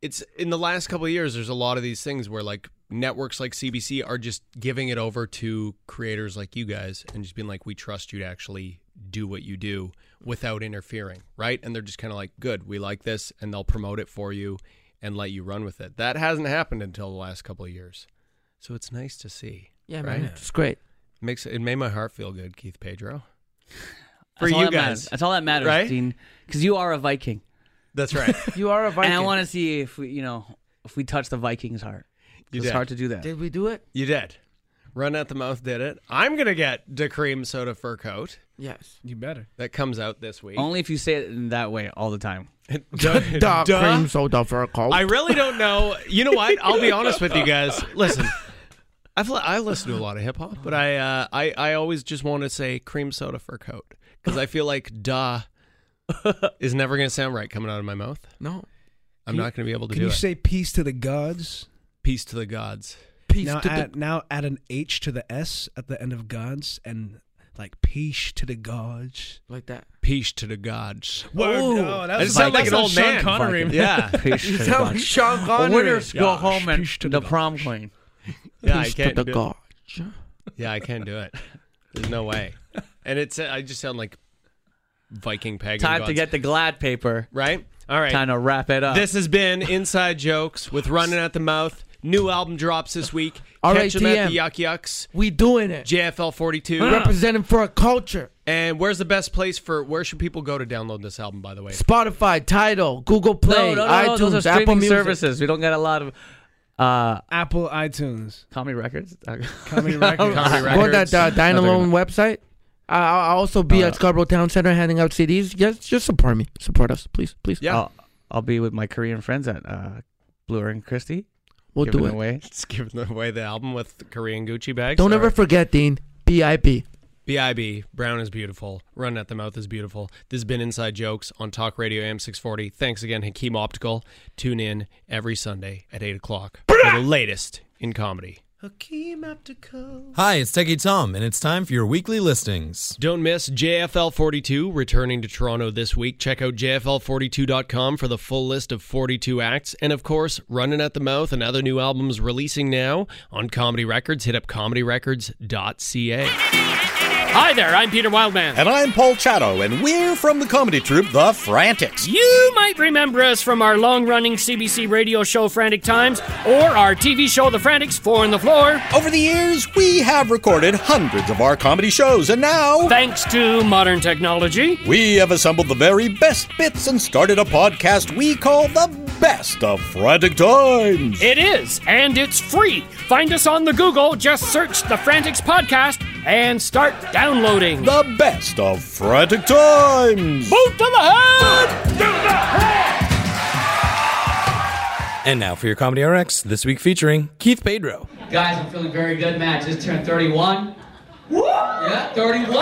Speaker 5: It's in the last couple of years. There's a lot of these things where like networks like CBC are just giving it over to creators like you guys and just being like, we trust you to actually do what you do without interfering, right? And they're just kind of like, good, we like this, and they'll promote it for you and let you run with it. That hasn't happened until the last couple of years, so it's nice to see.
Speaker 6: Yeah,
Speaker 5: right?
Speaker 6: man. It's great.
Speaker 5: Makes it made my heart feel good, Keith Pedro.
Speaker 10: That's all that matters. That's all that matters,
Speaker 5: right?
Speaker 10: Dean. Because you are a Viking.
Speaker 5: That's right.
Speaker 6: You are a Viking.
Speaker 10: And I want to see if we, you know, if we touch the Vikings' heart.
Speaker 5: You
Speaker 10: it's
Speaker 5: did.
Speaker 10: hard to do that.
Speaker 6: Did we do it?
Speaker 5: You did. Run at the mouth did it. I'm gonna get the cream soda fur coat.
Speaker 6: Yes,
Speaker 8: you better.
Speaker 5: That comes out this week.
Speaker 10: Only if you say it in that way all the time.
Speaker 5: Duh.
Speaker 6: cream soda for a coat.
Speaker 5: I really don't know. You know what? I'll be honest with you guys. Listen, I've li- I listen to a lot of hip hop, but I uh, I I always just want to say cream soda fur coat because I feel like duh is never gonna sound right coming out of my mouth.
Speaker 6: No,
Speaker 5: I'm
Speaker 8: Can
Speaker 5: not
Speaker 8: you-
Speaker 5: gonna be able to
Speaker 8: Can
Speaker 5: do
Speaker 8: you
Speaker 5: it.
Speaker 8: say peace to the gods?
Speaker 5: Peace to the gods.
Speaker 8: now add, now add an H to the S at the end of gods, and like peace to the gods.
Speaker 6: Like that.
Speaker 5: Peace to the gods.
Speaker 8: Word.
Speaker 5: Ooh.
Speaker 8: Oh, that
Speaker 5: That
Speaker 8: was
Speaker 5: sounds
Speaker 8: like- that's
Speaker 5: like an old
Speaker 8: Sean
Speaker 5: man.
Speaker 8: Connery.
Speaker 5: Fucking- Yeah.
Speaker 10: Peace to
Speaker 5: You
Speaker 10: the
Speaker 5: sound
Speaker 10: gods.
Speaker 5: like Sean Connery.
Speaker 10: Winners go
Speaker 5: Yeah.
Speaker 10: home and
Speaker 5: Peace to
Speaker 10: the
Speaker 5: the
Speaker 10: prom queen.
Speaker 5: Yeah, I
Speaker 10: Peace to
Speaker 5: can't
Speaker 10: the
Speaker 5: do
Speaker 10: gods.
Speaker 5: It. Yeah, I can't do it. There's no way. And it's I just sound like Viking pagan.
Speaker 10: Time
Speaker 5: gods.
Speaker 10: to get the glad paper.
Speaker 5: Right? All right.
Speaker 10: Time to wrap it up.
Speaker 5: This has been Inside Jokes with Running at the Mouth. New album drops this week. Catch 'em at
Speaker 6: RATM.
Speaker 5: the Yuck Yucks.
Speaker 6: We doing it.
Speaker 5: JFL 42.
Speaker 6: Representing for a culture.
Speaker 5: And where's the best place for where should people go to download this album? By the way,
Speaker 6: Spotify, Tidal, Google Play,
Speaker 10: no, no, no,
Speaker 6: iTunes,
Speaker 10: those are streaming
Speaker 6: Apple Music.
Speaker 10: services. We don't get a lot of uh,
Speaker 8: Apple iTunes,
Speaker 10: comedy records,
Speaker 8: Comedy Records. Comedy
Speaker 6: Go to that uh, Dine Alone website. I- I'll I'll also be
Speaker 10: Uh,
Speaker 6: at Scarborough Town Center handing out CDs. Yes, just support me. Support us, please, please.
Speaker 10: Yeah, I'll, I'll be with my Korean friends at uh, Bluer and Christie.
Speaker 6: We'll
Speaker 10: giving
Speaker 6: do it.
Speaker 10: Away.
Speaker 5: It's giving away the album with Korean Gucci bags.
Speaker 6: Don't
Speaker 5: All
Speaker 6: ever
Speaker 5: right.
Speaker 6: forget, Dean. B.I.B.
Speaker 5: BIB, Brown is beautiful. Run at the mouth is beautiful. This has been Inside Jokes on Talk Radio AM640. Thanks again, Hakeem Optical. Tune in every Sunday at 8 o'clock for the latest in comedy.
Speaker 8: Hakeem Optical.
Speaker 12: Hi, it's Techie Tom, and it's time for your weekly listings.
Speaker 5: Don't miss JFL 42 returning to Toronto this week. Check out JFL42.com for the full list of 42 acts. And of course, Running at the Mouth and other new albums releasing now on Comedy Records. Hit up comedyrecords.ca.
Speaker 18: Hi there, I'm Peter Wildman.
Speaker 19: And I'm Paul Chatto, and we're from the comedy troupe The Frantics.
Speaker 18: You might remember us from our long running CBC radio show Frantic Times or our TV show The Frantics, Four on the Floor.
Speaker 19: Over the years, we have recorded hundreds of our comedy shows, and now.
Speaker 18: Thanks to modern technology,
Speaker 19: we have assembled the very best bits and started a podcast we call The Best of Frantic Times.
Speaker 18: It is, and it's free. Find us on the Google, just search The Frantics Podcast and start downloading.
Speaker 19: The best of Frantic Times.
Speaker 18: Boot to the head!
Speaker 12: And now for your Comedy RX, this week featuring Keith Pedro.
Speaker 20: Guys, I'm feeling very good, man. Just turned 31. Woo! Yeah, 31?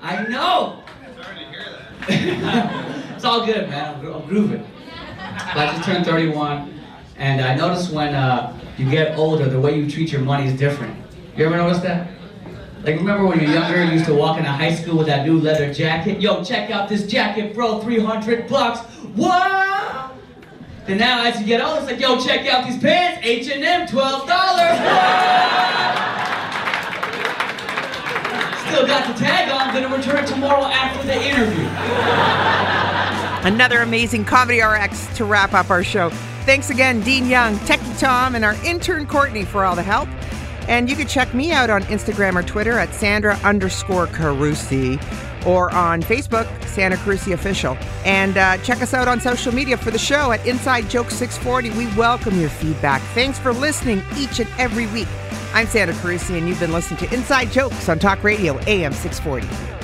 Speaker 20: I know. it's all good, man. I'm, gro- I'm grooving. But I just turned 31, and I noticed when uh, you get older, the way you treat your money is different. You ever notice that? Like, remember when you were younger, you used to walk into high school with that new leather jacket? Yo, check out this jacket, bro, 300 bucks. What? And now as you get older, it's like, yo, check out these pants, H&M, twelve dollars. Still got the tag on. I'm gonna return tomorrow after the interview.
Speaker 16: Another amazing Comedy RX to wrap up our show. Thanks again, Dean Young, Techie Tom, and our intern Courtney for all the help. And you can check me out on Instagram or Twitter at Sandra underscore Carusi or on Facebook, Sandra Carusi Official. And uh, check us out on social media for the show at Inside Joke 640. We welcome your feedback. Thanks for listening each and every week. I'm Sandra Carusi, and you've been listening to Inside Jokes on Talk Radio AM 640.